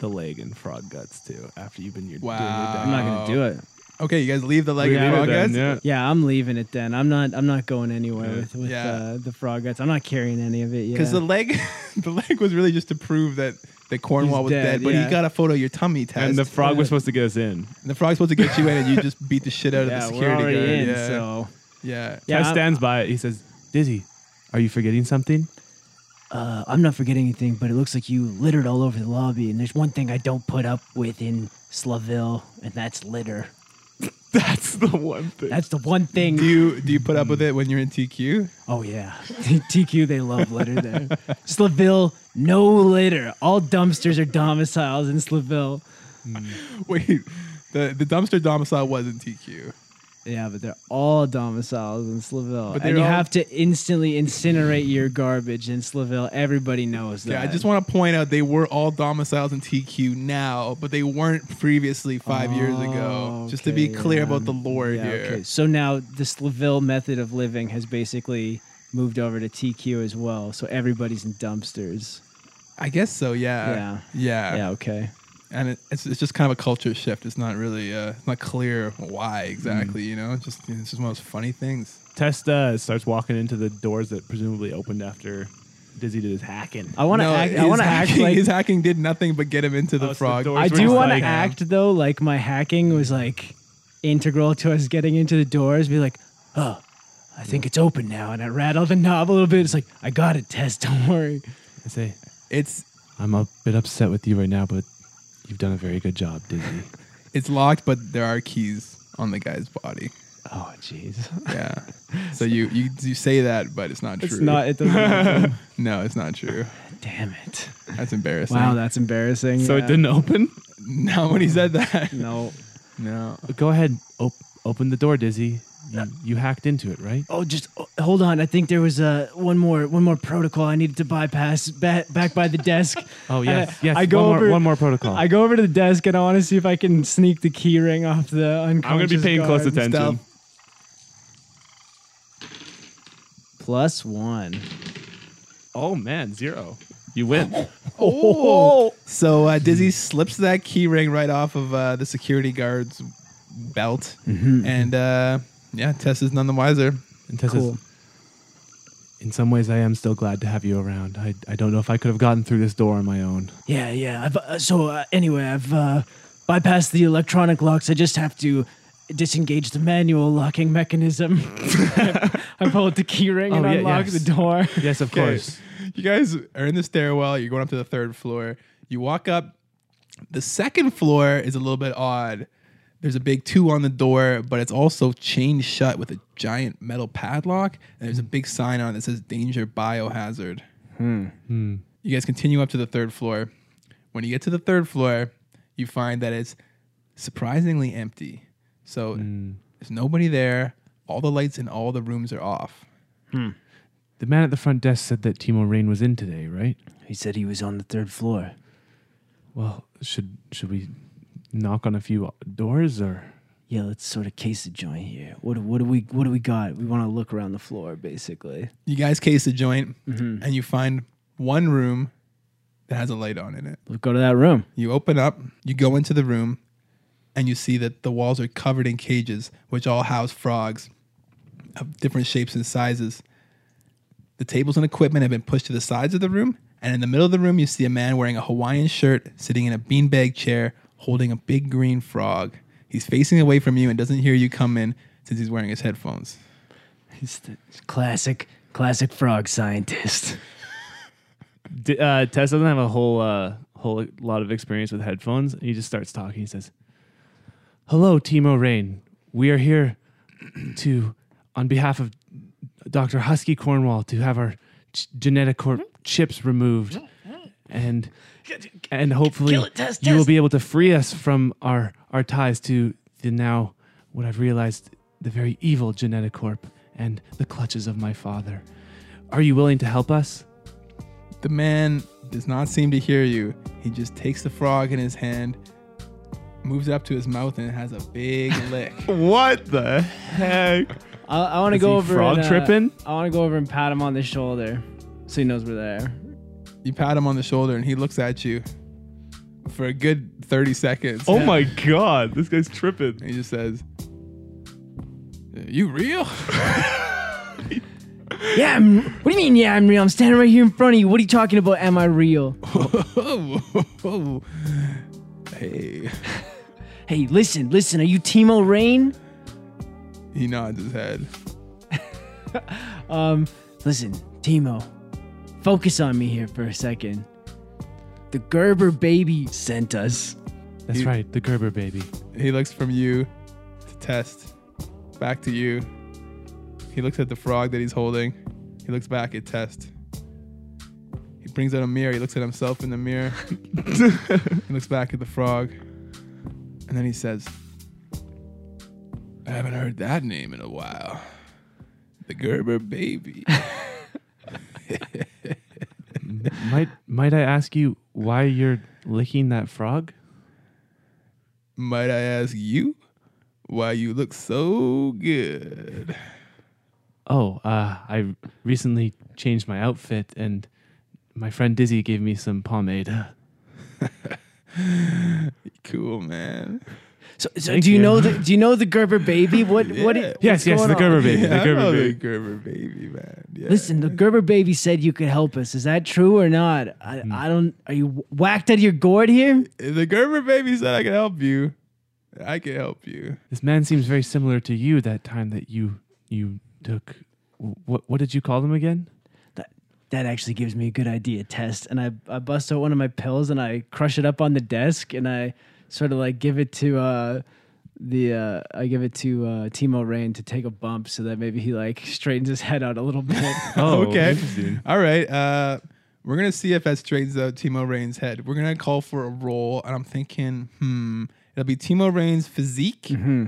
D: the leg and frog guts too after you've been your
B: Wow.
E: I'm not gonna do it.
B: Okay, you guys leave the leg
D: doing
B: in
D: your
B: frog
D: dance.
B: guts?
D: Yeah.
E: Yeah, I'm leaving it then. I'm not. I'm not going anywhere with, with
B: Yeah.
E: uh, the frog guts. I'm not carrying any of it. Yeah.
B: Because the leg, the leg was really just to prove that that Cornwall
E: He's
B: was dead,
E: dead,
B: but
E: yeah.
B: he got a photo of your tummy test.
D: And the frog was
E: Yeah.
D: supposed to get us in.
B: And the frog's supposed to get you in, and you just beat the shit out
E: yeah,
B: of the
E: we're
B: security
E: already
B: guard.
E: in.
B: yeah,
E: So
B: yeah.
E: Yeah,
D: Tess
E: I'm-
D: stands by it. He says, Dizzy, are you forgetting something?
C: Uh, I'm not forgetting anything, but it looks like you littered all over the lobby. And there's one thing I don't put up with in Slaville, and that's litter.
D: That's the one thing.
C: That's the one thing.
B: Do you do you put up with
E: Mm.
B: it when you're in TQ?
C: Oh yeah, TQ they love litter there. Slaville, no litter. All dumpsters are domiciles in Slaville.
B: Wait, the the dumpster domicile was in TQ.
E: Yeah, but they're all domiciles in Slaville.
B: But
E: and
B: they're
E: you
B: all-
E: have to instantly incinerate your garbage in Slaville. Everybody knows that.
B: Yeah, I just want to point out they were all domiciles in TQ now, but they weren't previously five years
D: Oh,
B: ago. Just to be
E: okay,
B: clear
E: yeah.
B: about the lore
E: Yeah,
B: here.
E: okay. So now the Slaville method of living has basically moved over to TQ as well. So everybody's in dumpsters.
B: I guess so. Yeah. Yeah.
E: yeah, okay.
B: And it, it's, it's just kind of a culture shift. It's not really uh, it's not clear why exactly.
E: Mm.
B: You know, it's just it's just one of those funny things.
D: Tess uh, starts walking into the doors that presumably opened after Dizzy did his hacking.
E: I want to
B: No,
E: act. I
B: his
E: want to act
B: hacking-
E: like
B: his hacking did nothing but get him into
D: Oh,
B: the
D: it's the
B: frog.
D: door.
E: I
D: It's
E: do
D: just
E: want to
D: like-
E: act though, like my hacking was like integral to us getting into the doors. Be like, "Oh,
C: I think it's open now, and I rattle the knob a little bit. It's like I got it, Tess. Don't worry.
D: I say,
B: It's
D: I'm a bit upset with you right now, but you've done a very good job, Disney.
B: it's locked, but there are keys on the guy's body.
D: oh, jeez.
B: Yeah. So you you, you say that, but it's not true.
C: It's not. It doesn't. happen.
B: No, it's not true.
C: Damn it!
B: That's embarrassing.
C: Wow, that's embarrassing.
D: So
C: Yeah.
D: it didn't open?
B: Not when he said that.
C: No.
B: No.
D: Go ahead. Op- open the door, Dizzy. You, you hacked into it, right?
C: Oh, just oh, hold on. I think there was uh, one more one more protocol I needed to bypass back, back by the desk.
D: Oh,
C: And
D: yes. yes.
C: I
D: one,
C: go over.
D: more, one more protocol.
C: I go over to the desk and I want to see if I can sneak the key ring off the unconscious.
D: I'm going to be paying close
C: guard.
D: attention.
B: Stealth.
C: Plus one.
D: Oh, man. Zero. You win.
B: Oh. So uh, Dizzy slips that key ring right off of uh, the security guard's belt,
E: Mm-hmm.
B: and uh, yeah, Tess is none the wiser.
D: And Tess
C: Cool.
D: says, in some ways, I am still glad to have you around. I, I don't know if I could have gotten through this door on my own.
C: Yeah, yeah. I've, uh, so uh, anyway, I've uh, bypassed the electronic locks. I just have to disengage the manual locking mechanism. I pull out the key ring and
D: Oh, yeah,
C: unlock
D: yes.
C: the door.
D: Yes, of course.
B: You guys are in the stairwell. You're going up to the third floor. You walk up. The second floor is a little bit odd. There's a big two on the door, but it's also chained shut with a giant metal padlock. And there's a big sign on it that says "Danger Biohazard."
D: Hmm.
B: You guys continue up to the third floor. When you get to the third floor, you find that it's surprisingly empty. So there's nobody there. All the lights in all the rooms are off.
D: The man at the front desk said that Timo Rain was in today, right?
C: He said he was on the third floor.
D: Well, should should we knock on a few doors or
C: Yeah, let's sort of case the joint here. What what do we what do we got? We want to look around the floor, basically.
B: You guys case the joint and you find one room that has a light on in it.
C: Let's go to that room.
B: You open up, you go into the room, and you see that the walls are covered in cages, which all house frogs of different shapes and sizes. The tables and equipment have been pushed to the sides of the room, and in the middle of the room, you see a man wearing a Hawaiian shirt sitting in a beanbag chair holding a big green frog. He's facing away from you and doesn't hear you come in since he's wearing his headphones.
C: It's the classic classic frog scientist.
D: D- uh, Tess doesn't have a whole uh, whole lot of experience with headphones. He just starts talking. He says, "Hello, Timo Rain. We are here to, on behalf of Dr. Husky Cornwall, to have our ch- genetic cor- chips removed, and and hopefully
C: Mm-hmm. it, Tess,
D: you will
C: Tess.
D: be able to free us from our our ties to the now what I've realized the very evil genetic corp and the clutches of my father. Are you willing to help us?"
B: The man does not seem to hear you. He just takes the frog in his hand, moves it up to his mouth, and has a big lick.
D: What the heck?
C: I, I want to
D: Is
C: go
D: he
C: over
D: frog
C: and, uh,
D: tripping?
C: I want to go over and pat him on the shoulder, so he knows we're there.
B: You pat him on the shoulder, and he looks at you for a good 30 seconds.
D: Oh my god, this guy's tripping.
B: And he just says, You real?
C: Yeah, I'm, what do you mean? Yeah, I'm real. I'm standing right here in front of you. What are you talking about? Am I real?
B: hey.
C: Hey, listen, listen. Are you Timo Rain?
B: He nods his head.
C: Um, listen, Timo, focus on me here for a second. The Gerber baby sent us.
D: That's
B: You-
D: right, the Gerber baby.
B: He looks from you to Test, back to you. He looks at the frog that he's holding. He looks back at Test. He brings out a mirror. He looks at himself in the mirror. he looks back at the frog. And then he says, I haven't heard that name in a while. The Gerber baby.
D: Might might I ask you why you're licking that frog?
B: Might I ask you why you look so good?
D: Oh, uh, I recently changed my outfit and my friend Dizzy gave me some pomade.
B: Cool, man.
C: So, so
D: Thank
C: do you,
D: you.
C: know the do you know the Gerber baby? What what?
B: Yeah.
C: what's
D: yes, yes,
C: going
D: the
C: on?
D: Gerber baby.
B: Yeah,
D: the
B: I
D: Gerber
B: know the
D: baby.
B: Gerber baby, man. Yeah.
C: Listen, the Gerber baby said you could help us. Is that true or not? I,
D: Hmm.
C: I don't. Are you whacked out of your gourd here?
B: If the Gerber baby said I can help you, I can help you.
D: This man seems very similar to you that time that you you took wh- what what did you call them again?
C: That- that actually gives me a good idea test. And I, I bust out one of my pills and I crush it up on the desk and I sort of like give it to uh, the uh, I give it to uh, Timo Rain to take a bump so that maybe he like straightens his head out a little bit.
D: Oh,
B: okay.
D: interesting.
B: All right. Uh, we're gonna see if that straightens out Timo Rain's head. We're gonna call for a roll, and I'm thinking, hmm, it'll be Timo Rain's physique
D: Mm-hmm.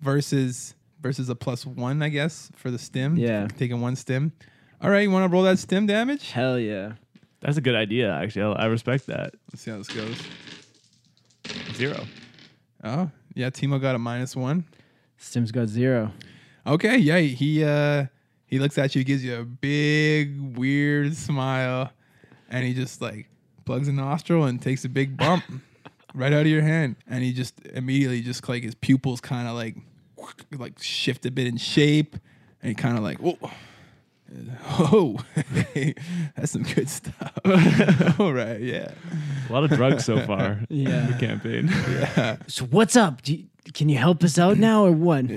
B: versus versus a plus one, I guess, for the stim.
C: Yeah.
B: taking one stim. All right, you want to roll that stim damage?
C: Hell yeah!
D: That's a good idea, actually. I I respect that.
B: Let's see how this goes.
D: Zero.
B: Oh, yeah, Timo got a minus one.
C: Stim's got zero.
B: Okay, yeah, he uh he looks at you, gives you a big weird smile, and he just like plugs a nostril and takes a big bump right out of your hand, and he just immediately just like his pupils kind of like like shift a bit in shape, and he kind of like whoa. Oh, that's some good stuff. All right, yeah.
D: A lot of drugs so far.
C: Yeah.
D: in The campaign.
C: So what's up? Do you, can you help us out now or what?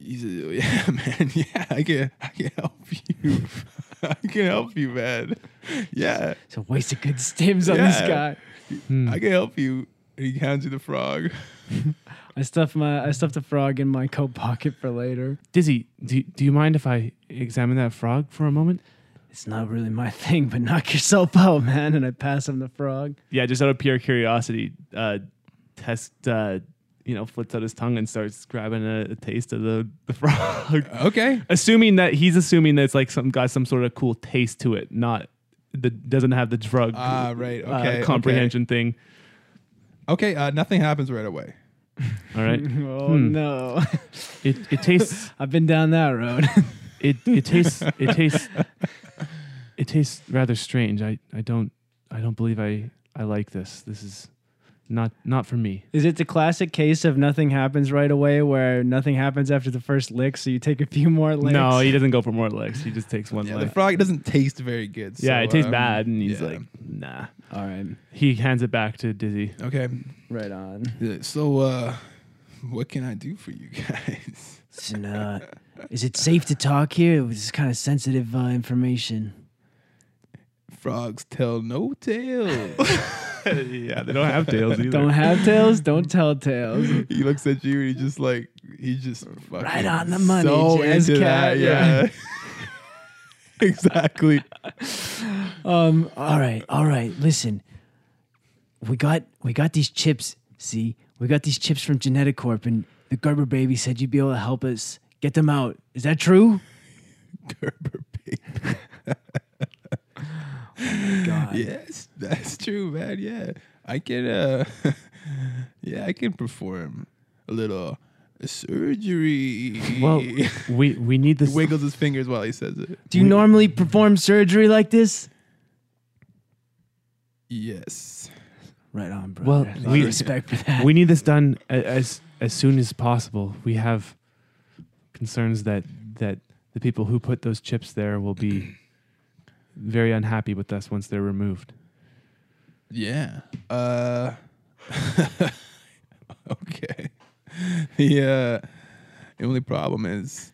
B: He's a, yeah, man. Yeah, I can, I can help you. I can help you, man. Yeah.
C: So waste of good stims on this
B: Yeah.
C: guy.
D: Hmm.
B: I can help you. And he hands you the frog.
C: I stuff my I stuffed the frog in my coat pocket for later.
D: Dizzy, do, do you mind if I examine that frog for a moment?
C: It's not really my thing, but knock yourself out, man. And I pass him the frog.
D: Yeah, just out of pure curiosity, uh, Test, uh, you know, flips out his tongue and starts grabbing a, a taste of the, the frog.
B: Okay.
D: assuming that he's assuming that it's like some got some sort of cool taste to it, not that doesn't have the drug
B: Ah, right.
D: uh,
B: Okay.
D: comprehension thing.
B: Okay. okay uh, nothing happens right away.
D: All right,
C: Oh
D: Hmm.
C: no.
D: it it tastes
C: I've been down that road.
D: it it tastes it tastes it tastes rather strange. I I don't I don't believe I I like this. This is not not for me.
C: Is it the classic case of nothing happens right away where nothing happens after the first lick, so you take a few more licks?
D: No, he doesn't go for more legs. He just takes one
B: Yeah,
D: lick.
B: the frog doesn't taste very good.
D: yeah,
B: so,
D: it tastes
B: um,
D: bad, and he's
B: yeah.
D: like, nah.
C: All right.
D: He hands it back to Dizzy.
B: okay.
C: Right on.
B: Yeah, So, uh, what can I do for you guys?
C: Listen, uh, is it safe to talk here? This is kind of sensitive uh, information.
B: Frogs tell no tales.
D: yeah, they don't have tails either.
C: Don't have tails, don't tell tales.
B: he looks at you and he just like he just fucking
C: Right on the money,
B: So
C: Jazz
B: into
C: Cat,
B: that, yeah. exactly.
C: Um, all right, all right. Listen, we got we got these chips. See, we got these chips from Geneticorp, and the Gerber baby said you'd be able to help us get them out. Is that true?
B: Gerber baby.
C: God,
B: Yes, that's true, man. Yeah, I can. Uh, yeah, I can perform a little surgery.
D: Well, we we need this.
B: he wiggles his fingers while he says it.
C: do you normally perform surgery like this?
B: Yes.
C: Right on, bro.
D: Well, we-
C: respect for that.
D: we need this done a- as as soon as possible. We have concerns that that the people who put those chips there will be very unhappy with us once they're removed.
B: Yeah. Uh. okay. The uh, the only problem is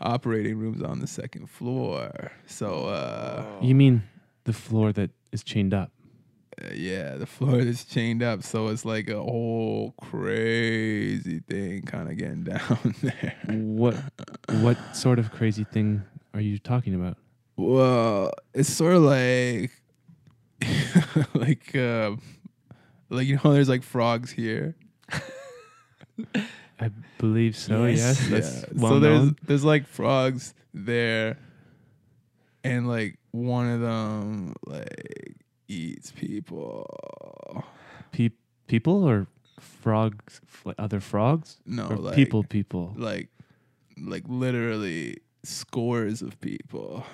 B: operating rooms on the second floor. So uh,
D: You mean the floor that is chained up?
B: Uh, yeah, the floor is chained up, so it's like a whole crazy thing kind of getting down there.
D: What what sort of crazy thing are you talking about?
B: Well, it's sort of like like uh like you know there's like frogs here.
D: I believe so.
C: Yes.
D: Yes, that's
B: Yeah.
D: well
B: so there's
D: known.
B: there's like frogs there and like one of them like eats people.
D: Pe- people or frogs? fl- Other frogs?
B: No,
D: Or
B: Oh, like
D: people, people.
B: like like literally scores of people.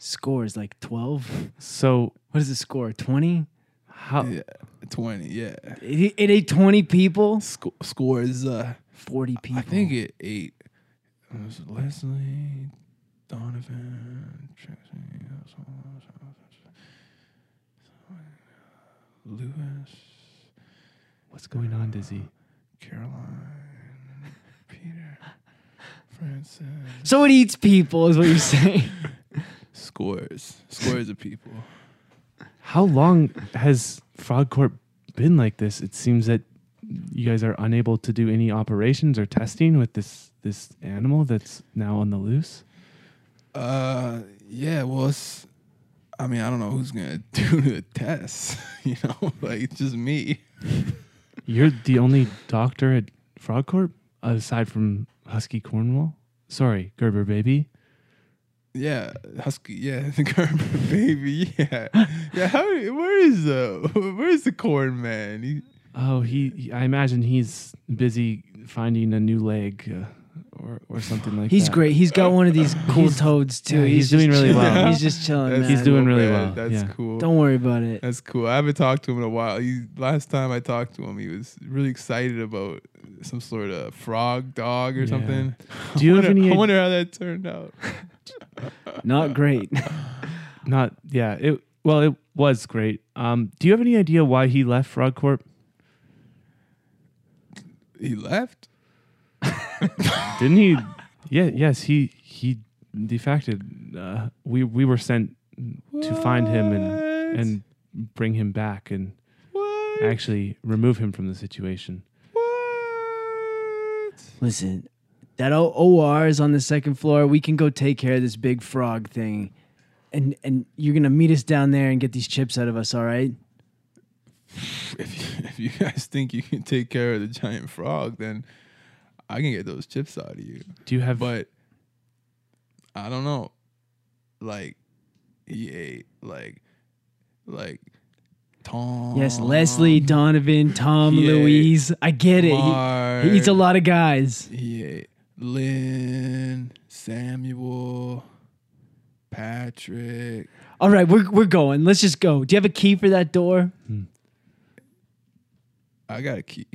C: Score is like twelve.
D: So
C: What is the score? Twenty?
D: how?
B: Yeah. 20, yeah.
C: It, it ate twenty people.
B: Sc- scores uh
C: Forty people.
B: I think it ate. It was Leslie, Donovan, Tracy, Lewis,
D: What's going on, Dizzy?
B: Caroline, Peter, Francis,
C: so. It eats people, is what you're saying.
B: Scores. Scores of people.
D: How long has Frog Corp been like this? It seems that you guys are unable to do any operations or testing with this this animal that's now on the loose.
B: Uh, yeah. Well, it's. I mean, I don't know who's gonna do the test. You know, like it's just me.
D: You're the only doctor at Frog Corp aside from Husky Cornwall. Sorry, Gerber baby.
B: Yeah, husky. Yeah, the Gerber baby. Yeah, yeah. How? Where is the? Where is the corn man? He,
D: Oh, he, he- I imagine he's busy finding a new leg uh, or or something like
C: He's
D: that.
C: great. He's got one of these cool toads too.
D: yeah, he's
C: just
D: doing really
C: chilling.
D: well.
C: He's just chilling.
B: that's
C: Oh, man.
D: He's doing
B: cool,
D: really
B: man.
D: well,
B: That's
D: yeah.
B: cool.
C: Don't worry about it.
B: That's cool. I haven't talked to him in a while. He last time I talked to him, he was really excited about some sort of frog dog or
D: Yeah.
B: something.
D: Do you
B: I
D: have
B: wonder,
D: any?
B: I wonder how that turned out.
C: Not great.
D: Not yeah. It well, it was great. Um, do you have any idea why he left Frog Corp?
B: He left.
D: Didn't he? Yeah. Yes. He he defected. Uh, we we were sent to find him and
B: What?
D: and bring him back and
B: What?
D: actually remove him from the situation.
B: What?
C: Listen, that O- OR is on the second floor. We can go take care of this big frog thing. And and you're gonna meet us down there and get these chips out of us, all right?
B: If you, if you guys think you can take care of the giant frog, then I can get those chips out of you.
D: Do you have?
B: But I don't know. Like he ate like like Tom.
C: Yes, Leslie, Donovan, Tom,
B: Yeah.
C: Louise. I get it. He,
B: Mark,
C: he eats a lot of guys.
B: He ate Lynn, Samuel, Patrick.
C: All right, we're we're going. Let's just go. Do you have a key for that door?
B: I got a key.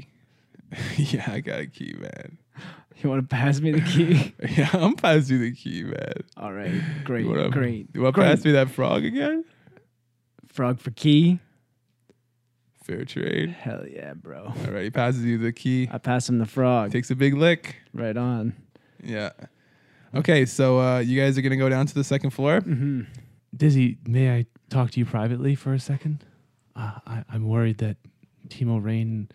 B: yeah, I got a key, man.
C: You want to pass me the key?
B: Yeah, I'm passing you the key, man.
C: all right, great,
B: You wanna-
C: great.
B: You want to
C: great.
B: pass me that frog again?
C: Frog for key.
B: Fair trade.
C: Hell yeah, bro.
B: All right, he passes you the key.
C: I pass him the frog.
B: Takes a big lick.
C: Right on.
B: Yeah. Okay, so uh, you guys are gonna go down to the second floor.
C: Mm-hmm.
D: Dizzy, may I talk to you privately for a second? Uh, I, I'm worried that Timo Rain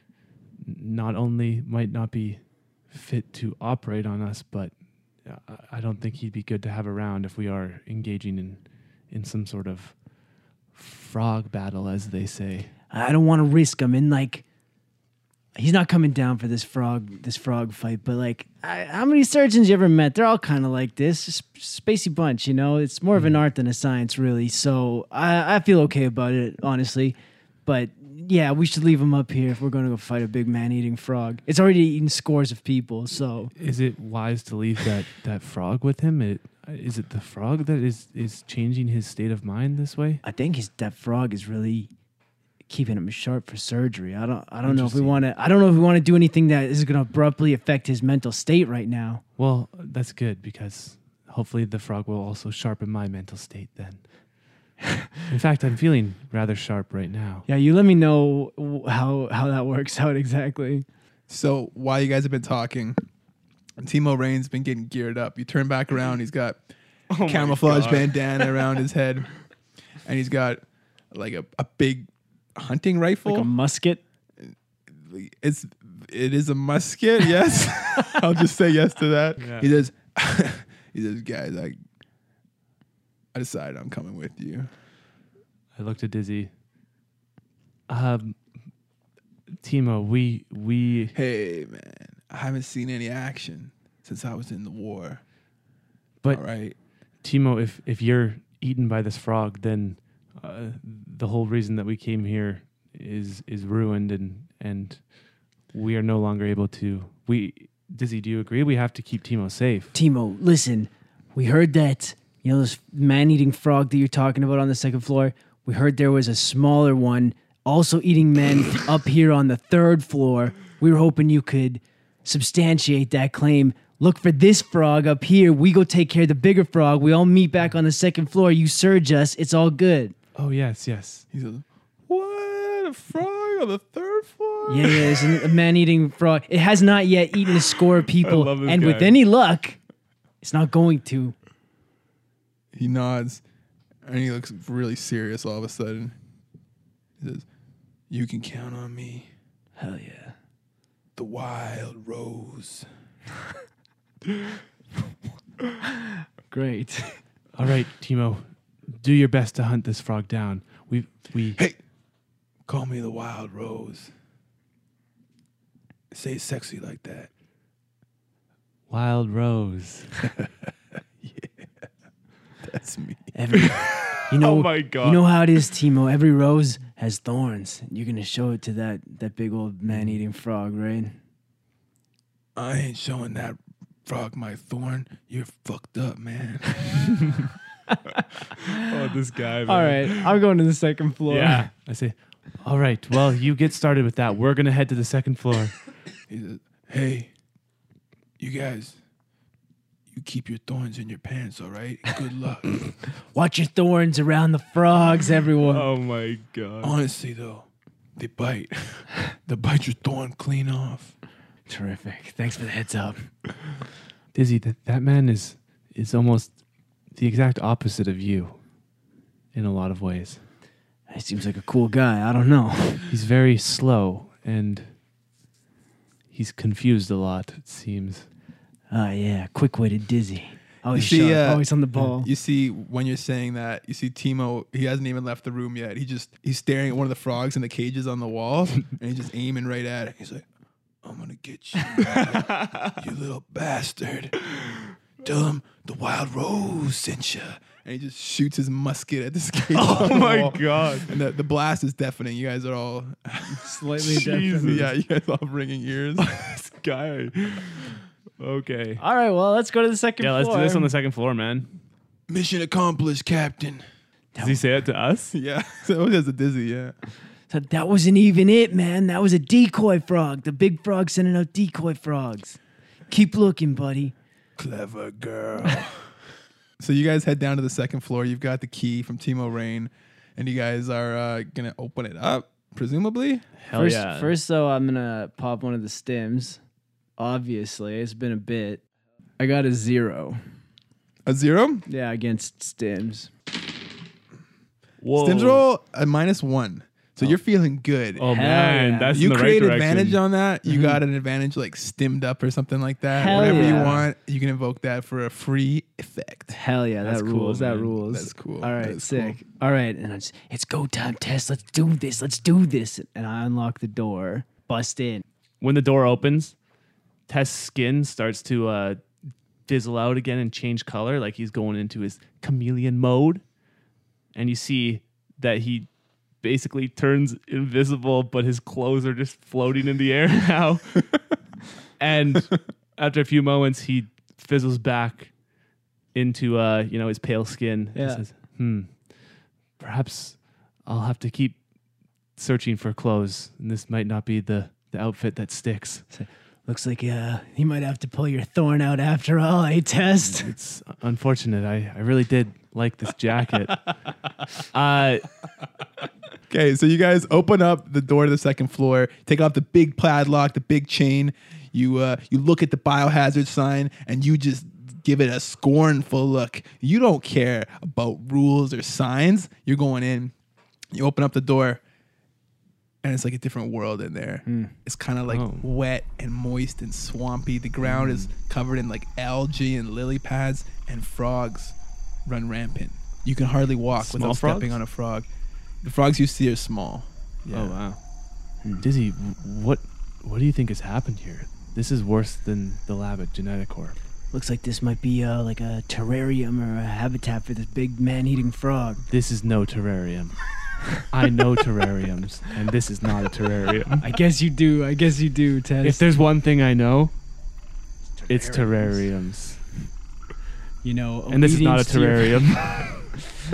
D: not only might not be fit to operate on us, but uh, I- I don't think he'd be good to have around if we are engaging in in some sort of frog battle, as they say.
C: I don't want to risk him. And like, he's not coming down for this frog, this frog fight. But like, I, how many surgeons you ever met? They're all kind of like this, s- spacey bunch. You know, it's more of an art than a science, really. So I, I feel okay about it, honestly. But yeah, we should leave him up here if we're going to go fight a big man-eating frog. It's already eaten scores of people. So
D: Is it wise to leave that, that frog with him? It, is it the frog that is, is changing his state of mind this way?
C: I think his that frog is really keeping him sharp for surgery. I don't I don't know if we
D: Interesting.
C: want to I don't know if we want to do anything that is going to abruptly affect his mental state right now.
D: Well, that's good because hopefully the frog will also sharpen my mental state then. In fact, I'm feeling rather sharp right now.
C: Yeah, you let me know w- how how that works out exactly.
B: So while you guys have been talking, Timo Rain's been getting geared up. You turn back around, he's got
C: Oh
B: camouflage bandana around his head, and he's got like a, a big hunting rifle.
C: Like a musket.
B: it's it is a musket. Yes, I'll just say yes to that. He says, he says, guys, I I decided I'm coming with you.
D: I looked at Dizzy. Um, Timo, we we
B: Hey man, I haven't seen any action since I was in the war.
D: but
B: All right.
D: Timo, if if you're eaten by this frog, then uh, the whole reason that we came here is is ruined, and and we are no longer able to. We Dizzy, do you agree? We have to keep Timo safe.
C: Timo, listen. We heard that, you know, this man eating frog that you're talking about on the second floor. We heard there was a smaller one also eating men up here on the third floor. We were hoping you could substantiate that claim. Look for this frog up here. We go take care of the bigger frog. We all meet back on the second floor. You surge us. It's all good.
D: Oh yes, yes.
B: He says, "What a frog on the third floor."
C: Yeah, yeah, there's a man eating frog. It has not yet eaten a score of people.
B: love this
C: And with
B: guy.
C: any luck, it's not going to.
B: He nods And he looks really serious all of a sudden. He says, You can count on me.
D: Hell yeah.
F: The wild rose.
C: Great.
D: All right, Timo, do your best to hunt this frog down. We we
F: Hey, call me the wild rose. Say it sexy like that.
D: wild rose.
F: That's me.
C: Every, you know,
D: Oh my God.
C: You know how it is, Timo. Every rose has thorns. You're gonna show it to that that big old
D: Mm-hmm.
C: man-eating frog, right?
F: I ain't showing that frog my thorn. You're fucked up, man.
D: Oh, this guy.
C: All right, I'm going to the second floor.
D: Yeah. I say, all right. Well, you get started with that. We're gonna head to the second floor.
F: He says, Hey, you guys, you keep your thorns in your pants, all right? Good luck.
C: Watch your thorns around the frogs, everyone.
D: oh my god.
F: Honestly, though, they bite. they bite your thorn clean off.
C: Terrific. Thanks for the heads up.
D: Dizzy, that that man is is almost the exact opposite of you, in a lot of ways.
C: He seems like a cool guy. I don't know.
D: He's very slow and he's confused a lot. It seems.
C: Oh yeah, quick-witted dizzy. Always
B: You see,
C: sharp,
B: uh,
C: always on the ball.
B: You see, when you're saying that, you see Timo. He hasn't even left the room yet. He just he's staring at one of the frogs in the cages on the wall, and he's just aiming right at it.
F: He's like, I'm gonna get you, you little bastard. Tell him the wild rose sent you.
B: And he just shoots his musket at this cage. Oh
D: my God.
B: And the, the blast is deafening. You guys are all
C: Slightly
B: yeah, you guys all ringing ears.
D: this guy. Okay.
C: All right, well, let's go to the second
D: Yeah, let's
C: floor.
D: do this on the second floor, man.
F: Mission accomplished, Captain.
D: Does he say that to us?
B: yeah, so that's a dizzy. Yeah,
C: So that wasn't even it, man. That was a decoy frog. The big frog sending out decoy frogs. Keep looking, buddy.
F: Clever girl.
B: So you guys head down to the second floor. You've got the key from Timo Rain, and you guys are uh, gonna open it up, presumably.
D: Hell
C: first,
D: yeah.
C: first, though, I'm gonna pop one of the stems. Obviously, it's been a bit. I got a zero.
B: A zero.
C: Yeah, against stems.
D: Whoa.
B: Stims roll a minus one. So you're feeling good.
D: Oh
C: Hell
D: man,
C: yeah.
D: that's in
B: you
D: the
B: create
D: right
B: advantage
D: direction. Mm-hmm.
B: on that. You got an advantage like stimmed up or something like that.
C: Hell
B: Whatever you
C: yeah.
B: want, you can invoke that for a free effect.
C: Hell yeah,
D: That's
C: that
D: cool,
C: rules. that
D: man.
C: rules.
B: That's cool.
C: All
B: That
C: right,
B: is
C: sick. All right, and it's, it's go time, Tess. Let's do this. Let's do this. And I unlock the door. Bust in.
D: When the door opens, Tess' skin starts to uh, fizzle out again and change color, like he's going into his chameleon mode. And you see that he basically turns invisible, but his clothes are just floating in the air now. and after a few moments, he fizzles back into uh, you know his pale skin. He
C: Yeah.
D: says, "Hmm, perhaps I'll have to keep searching for clothes, and this might not be the the outfit that sticks.
C: Looks like uh, you might have to pull your thorn out after all, eh, Test?
D: It's unfortunate. I, I really did like this jacket. uh,
B: Okay, so you guys open up the door to the second floor, take off the big padlock, the big chain. You uh, you look at the biohazard sign, and you just give it a scornful look. You don't care about rules or signs. You're going in. You open up the door, and it's like a different world in there. It's kind of like
D: Oh.
B: wet and moist and swampy. The ground is covered in like algae and lily pads, and frogs run rampant. You can hardly walk
D: Small
B: without
D: frogs?
B: stepping on a frog. The frogs you see are small.
D: Oh wow, Hmm. Dizzy, w- what what do you think has happened here? This is worse than the lab at Geneticorp.
C: Looks like this might be uh, like a terrarium or a habitat for this big man-eating frog.
D: This is no terrarium. I know terrariums, and this is not a terrarium.
C: I guess you do. I guess you do, Tess.
D: If there's one thing I know, it's terrariums,
C: you know,
D: and this is not a
C: obedience to your-
D: terrarium.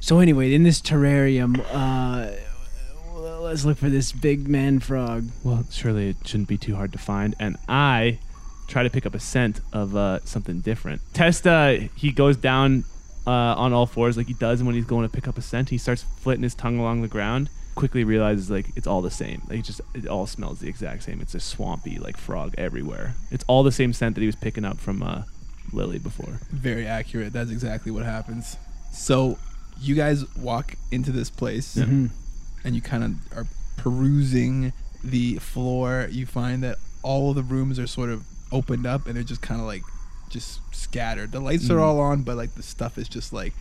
C: So anyway, in this terrarium, uh, well, let's look for this big man frog.
D: well, surely it shouldn't be too hard to find. And I try to pick up a scent of uh, something different. Testa, he goes down uh, on all fours like he does when he's going to pick up a scent. He starts flitting his tongue along the ground. Quickly realizes like it's all the same. Like it just it all smells the exact same. It's just swampy like frog everywhere. It's all the same scent that he was picking up from uh, Lily before.
B: Very accurate. That's exactly what happens. So you guys walk into this place
D: Mm-hmm.
C: Mm-hmm.
B: and you kind of are perusing the floor. You find that all of the rooms are sort of opened up and they're just kind of like just scattered. The lights
D: Mm-hmm.
B: are all on, but like the stuff is just like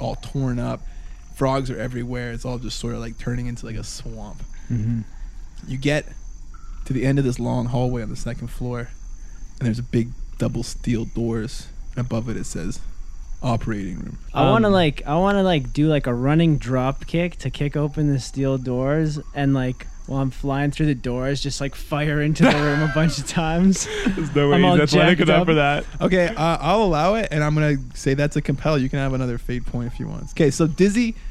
B: all torn up. Frogs are everywhere. It's all just sort of like turning into like a swamp.
D: Mm-hmm.
B: You get to the end of this long hallway on the second floor, and there's a big double steel doors. Above it, it says operating room.
C: I want to
D: Um,
C: like I want to like do like a running drop kick to kick open the steel doors and like while I'm flying through the doors just like fire into the room a bunch of times.
D: There's no way
C: I'm all
D: he's athletic
C: jacked
D: enough
C: up.
D: for that.
B: Okay, uh, I'll allow it, and I'm gonna say that's a compel. You can have another fade point if you want. Okay, so Dizzy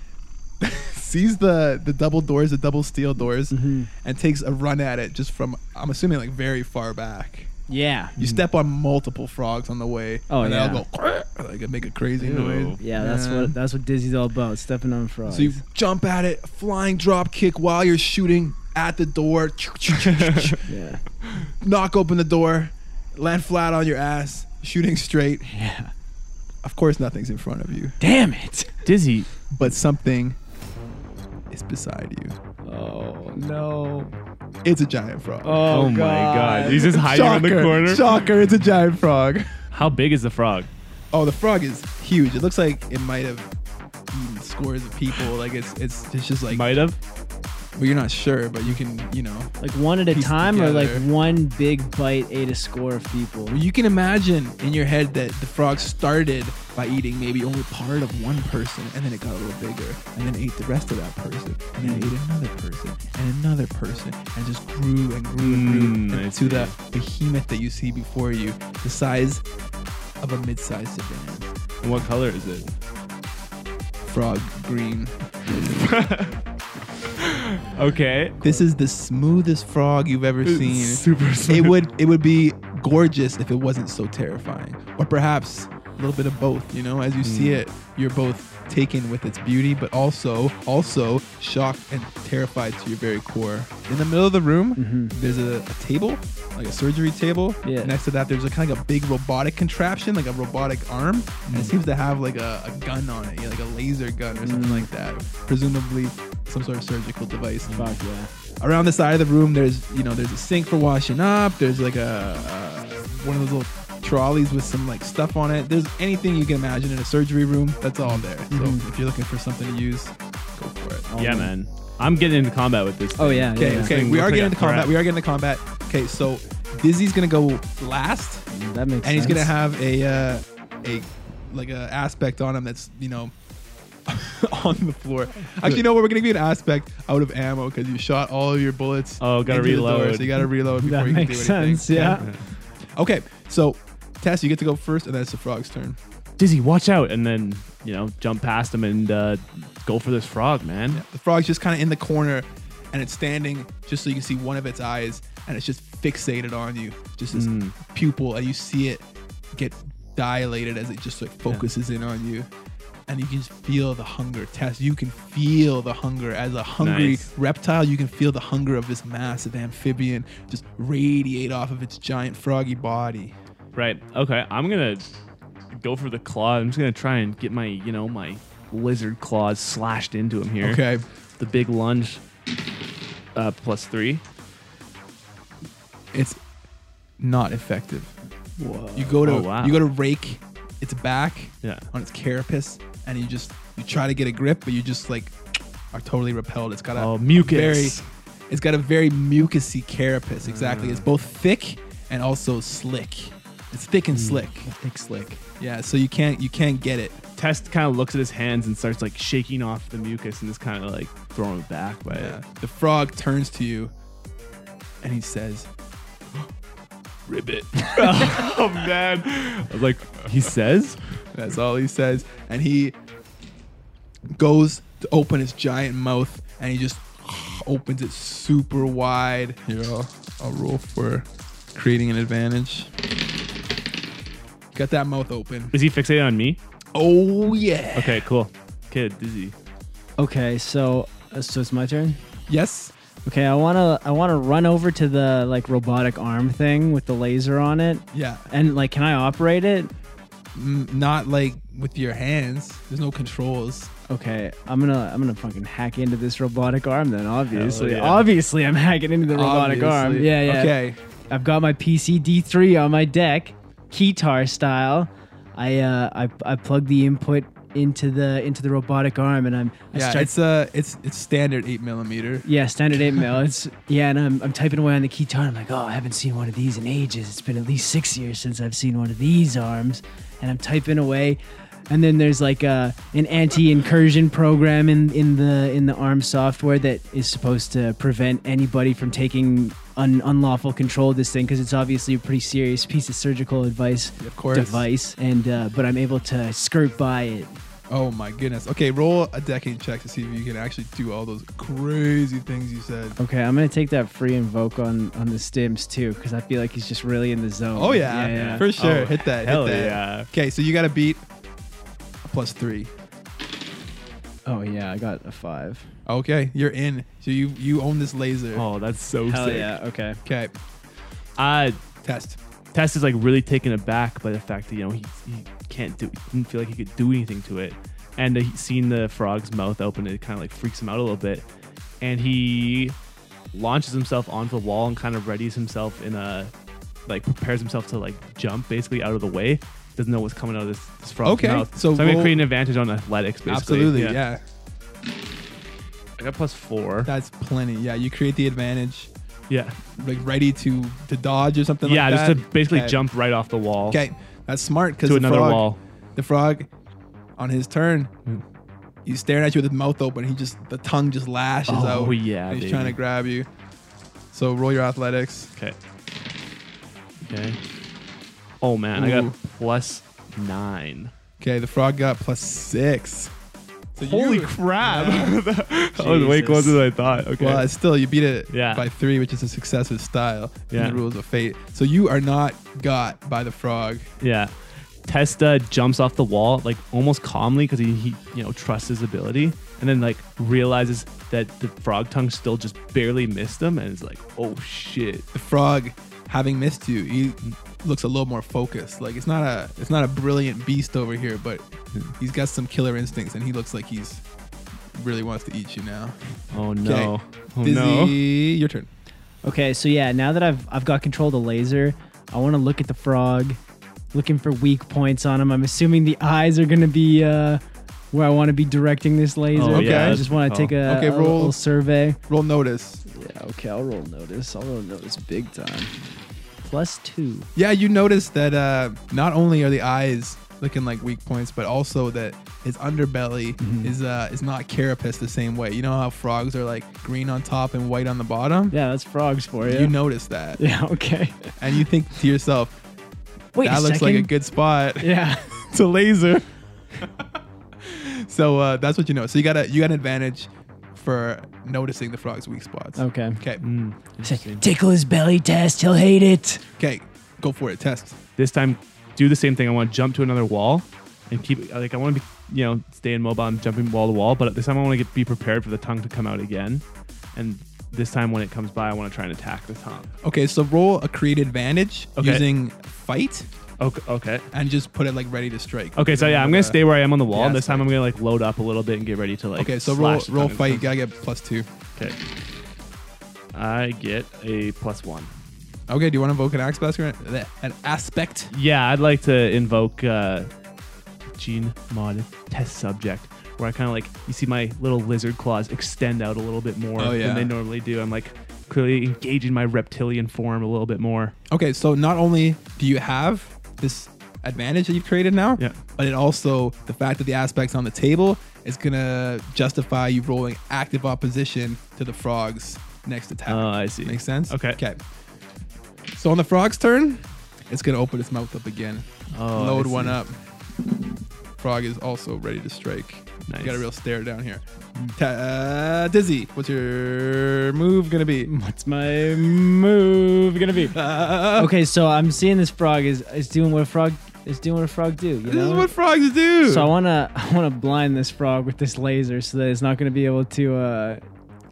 B: sees the the double doors, the double steel doors,
C: Mm-hmm.
B: and takes a run at it just from I'm assuming like very far back.
C: Yeah.
B: You step on multiple frogs on the way,
C: Mm-hmm. Oh,
B: and
C: yeah.
B: they'll go like make a crazy noise.
C: Yeah, that's what that's what Dizzy's all about. Stepping on frogs.
B: So you jump at it, flying drop kick while you're shooting at the door.
C: yeah.
B: knock open the door, land flat on your ass, shooting straight. Yeah. Of course, nothing's in front of you,
C: Damn it.
D: Dizzy.
B: but something is beside you.
C: Oh no.
B: It's a giant frog.
D: Oh, my god. He's just hiding in the corner.
B: Shocker, it's a giant frog.
D: How big is the frog?
B: Oh, the frog is huge. It looks like it might have eaten scores of people. Like it's it's it's just like
D: Might have.
B: well, you're not sure, but you can you know
C: Like one at a
B: Piece
C: time or like
B: together.
C: one big bite ate a score of people.
B: you can imagine in your head that the frog started by eating maybe only part of one person and then it got a little bigger and then ate the rest of that person and then ate another person and another person and just grew and grew and
D: Mm,
B: grew
D: I
B: into the behemoth that you see before you the size of a mid-sized sedan
D: And what color is it?
B: frog green
D: Okay.
B: this is the smoothest frog you've ever seen
D: Super
B: it
D: smooth.
B: would it would be gorgeous if it wasn't so terrifying or perhaps a little bit of both you know as you see it you're both taken with its beauty but also also shocked and terrified to your very core in the middle of the room there's a, a table like a surgery table
C: Yeah.
B: next to that there's a kind of like a big robotic contraption like a robotic arm and it seems to have like a, a gun on it yeah, like a laser gun or something like that presumably some sort of surgical device
C: Fuck yeah.
B: around the side of the room there's you know there's a sink for washing up there's like a uh, one of those little trolleys with some like stuff on it there's anything you can imagine in a surgery room that's all there so if you're looking for something to use go for it
D: Yeah, man. I'm getting into combat with this.
C: Oh
D: thing.
C: yeah.
B: okay
C: yeah.
B: okay
D: Thing
B: we
D: looks
B: are
D: like
B: getting
D: a
B: into combat
D: threat.
B: we are getting into combat okay so dizzy's gonna go last
C: That makes
B: and he's gonna
C: sense.
B: have a uh, a like a aspect on him that's you know on the floor. Actually, you know what? We're gonna be an aspect out of ammo because you shot all of your bullets.
D: Oh, gotta
B: into the door,
D: reload.
B: so you gotta reload before
C: That
B: you can do
C: makes
B: anything.
C: sense, yeah.
B: Okay, so Tess, you get to go first, and then it's the frog's turn.
D: Dizzy, watch out. And then, you know, jump past him and uh, go for this frog, man.
B: The frog's just kind of in the corner, and it's standing just so you can see one of its eyes, and it's just fixated on you, just this
D: Mm.
B: pupil, and you see it get dilated as it just like focuses in on you, and you can just feel the hunger. Tess, you can feel the hunger as a hungry
D: Nice.
B: reptile. You can feel the hunger of this massive amphibian just radiate off of its giant froggy body.
D: Right. Okay. I'm gonna go for the claw. I'm just gonna try and get my, you know, my lizard claws slashed into him here.
B: Okay,
D: The big lunge. Uh, plus three.
B: it's not effective. You go to
D: Oh, wow.
B: you go to rake its back.
D: Yeah.
B: on its carapace and you just you try to get a grip but you just like are totally repelled it's got a
D: Oh, mucus.
B: very it's got a very mucusy carapace exactly it's both thick and also slick it's thick and slick
C: thick slick.
B: yeah so you can't you can't get it
D: Test kind of looks at his hands and starts like shaking off the mucus and just kind of like throwing it back. But
B: yeah. the frog turns to you and he says
D: ribbit. oh man. I was like, he says.
B: That's all he says. And he goes to open his giant mouth and he just opens it super wide. Here, I'll, I'll roll for creating an advantage. Got that mouth open.
D: Is he fixated on me?
B: Oh, yeah.
D: Okay. Cool. Kid, dizzy.
C: Okay, so uh, so it's my turn.
B: Yes.
C: Okay, I wanna I wanna run over to the like robotic arm thing with the laser on it,
B: Yeah.
C: and like, can I operate it?
B: mm, not like with your hands. There's no controls.
C: Okay, I'm gonna I'm gonna fucking hack into this robotic arm then. Obviously,
D: yeah.
C: obviously, I'm hacking into the robotic arm.
B: Obviously.
C: Yeah, yeah.
B: Okay.
C: I've got my PCD3 on my deck, keytar style. I uh I, I plug the input into the into the robotic arm and I'm I
B: Yeah,
C: start
B: it's uh, it's it's standard eight millimeter.
C: yeah, standard eight mil. It's yeah, and I'm, I'm typing away on the keytar. I'm like, oh, I haven't seen one of these in ages. It's been at least six years since I've seen one of these arms, and I'm typing away. And then there's like uh an anti-incursion program in, in the in the arm software that is supposed to prevent anybody from taking un- unlawful control of this thing because it's obviously a pretty serious piece of surgical advice
B: Of course.
C: device. And uh, but I'm able to skirt by it.
B: Oh my goodness. Okay, roll a decking check to see if you can actually do all those crazy things you said.
C: Okay, I'm gonna take that free invoke on on the stims too, because I feel like he's just really in the zone.
B: Oh yeah, for sure.
D: Oh,
B: hit that.
D: hell
B: hit that.
D: yeah.
B: Okay, so you got to beat a plus three.
C: Oh yeah, I got a five.
B: Okay, you're in. So you you own this laser.
D: Oh, that's so
C: Hell
D: sick.
C: yeah. Okay.
B: Okay,
D: Uh,
B: test.
D: Tess is like really taken aback by the fact that you know he, he can't do didn't feel like he could do anything to it, and uh, he's seen the frog's mouth open it kind of like freaks him out a little bit, and he launches himself onto the wall and kind of readies himself in a like prepares himself to like jump basically out of the way. Doesn't know what's coming out of this, this frog's
B: Okay,
D: mouth.
B: so
D: So, I'm
B: roll-
D: gonna create an advantage on athletics basically.
B: Absolutely. Yeah.
D: I got plus four.
B: that's plenty. Yeah, you create the advantage,
D: yeah,
B: like ready to to dodge or something.
D: yeah,
B: like
D: just
B: that.
D: to basically
B: Okay.
D: jump right off the wall
B: Okay, that's smart because
D: to another
B: frog,
D: wall.
B: The frog, on his turn,
D: Hmm.
B: he's staring at you with his mouth open. He just the tongue just lashes
D: Oh,
B: out.
D: yeah,
B: and he's
D: baby.
B: trying to grab you. So roll your athletics.
D: Okay. Okay. Oh man, I
B: Ooh.
D: got plus nine.
B: Okay, the frog got plus six. So you-
D: crap! that was way
C: Jesus.
D: closer than I thought. Okay.
B: Well, it's still you beat it
D: Yeah.
B: by three, which is a success with style
D: Yeah.
B: and the rules of fate. So you are not got by the frog.
D: yeah. Testa jumps off the wall like almost calmly because he, he you know trusts his ability, and then like realizes that the frog tongue still just barely missed him, and is like, oh shit.
B: The frog, having missed you, he looks a little more focused. Like it's not a it's not a brilliant beast over here, but
C: Hmm.
B: he's got some killer instincts, and he looks like he's really wants to eat you now.
D: Oh no. Oh
B: Dizzy,
D: no.
B: your turn.
C: Okay, so yeah, now that I've I've got control of the laser, I want to look at the frog, looking for weak points on him. I'm assuming the eyes are gonna be uh, where I want to be directing this laser.
D: Oh,
B: yeah,
C: I
D: that's
C: just want
D: cool.
C: to take a,
B: Okay,
C: a
B: roll.
C: little survey.
B: Roll notice.
C: Yeah. Okay, I'll roll notice. I'll roll notice big time. Plus two.
B: Yeah, you notice that uh, not only are the eyes looking like weak points, but also that his underbelly
C: Mm-hmm.
B: is uh, is not carapace the same way. You know how frogs are like green on top and white on the bottom.
C: Yeah, that's frogs for you.
B: You notice that,
C: Yeah. Okay.
B: and you think to yourself,
C: Wait
B: "That
C: a
B: looks like a
C: second.
B: good spot
C: Yeah.
B: to laser." so uh, that's what you know. So you got a you got an advantage for noticing the frog's weak spots.
C: Okay.
B: Okay.
C: It's like, Tickle his belly test. He'll hate it.
B: Okay. Go for it. Test.
D: This time, do the same thing. I want to jump to another wall and keep like I want to be you know staying mobile. I'm jumping wall to wall, but this time I want to get be prepared for the tongue to come out again. And this time when it comes by, I want to try and attack the tongue.
B: Okay. So roll a create advantage
D: Okay.
B: using fight.
D: Okay, okay,
B: and just put it like ready to strike.
D: okay. So yeah, I'm
B: Uh,
D: gonna stay where I am on the wall.
B: yeah,
D: and this time
B: sorry.
D: I'm gonna like load up a little bit and get ready to like.
B: Okay, so roll
D: slash the
B: roll
D: tongue.
B: fight. You gotta get plus two.
D: Okay. I get a plus one.
B: Okay, do you want to invoke an axe basket? An aspect.
D: Yeah, I'd like to invoke uh, gene mod test subject, where I kind of like you see my little lizard claws extend out a little bit more
B: Oh, yeah.
D: than they normally do. I'm like clearly engaging my reptilian form a little bit more.
B: Okay, so not only do you have this advantage that you've created now,
D: Yeah.
B: but it also the fact that the aspect's on the table is gonna justify you rolling active opposition to the frog's next attack.
D: Oh, I see.
B: Makes sense.
D: Okay.
B: Okay. So on the frog's turn, it's gonna open its mouth up again.
D: Oh,
B: Load
D: I
B: one
D: see.
B: up. Frog is also ready to strike. You got a
D: Nice.
B: real stare down here. Ta- uh, Dizzy, what's your move gonna be?
C: What's my move gonna be?
B: Uh,
C: Okay, so I'm seeing this frog is is doing what a frog is doing what a frog do. You
B: This
C: know?
B: is what frogs do.
C: so I wanna I wanna blind this frog with this laser so that it's not gonna be able to uh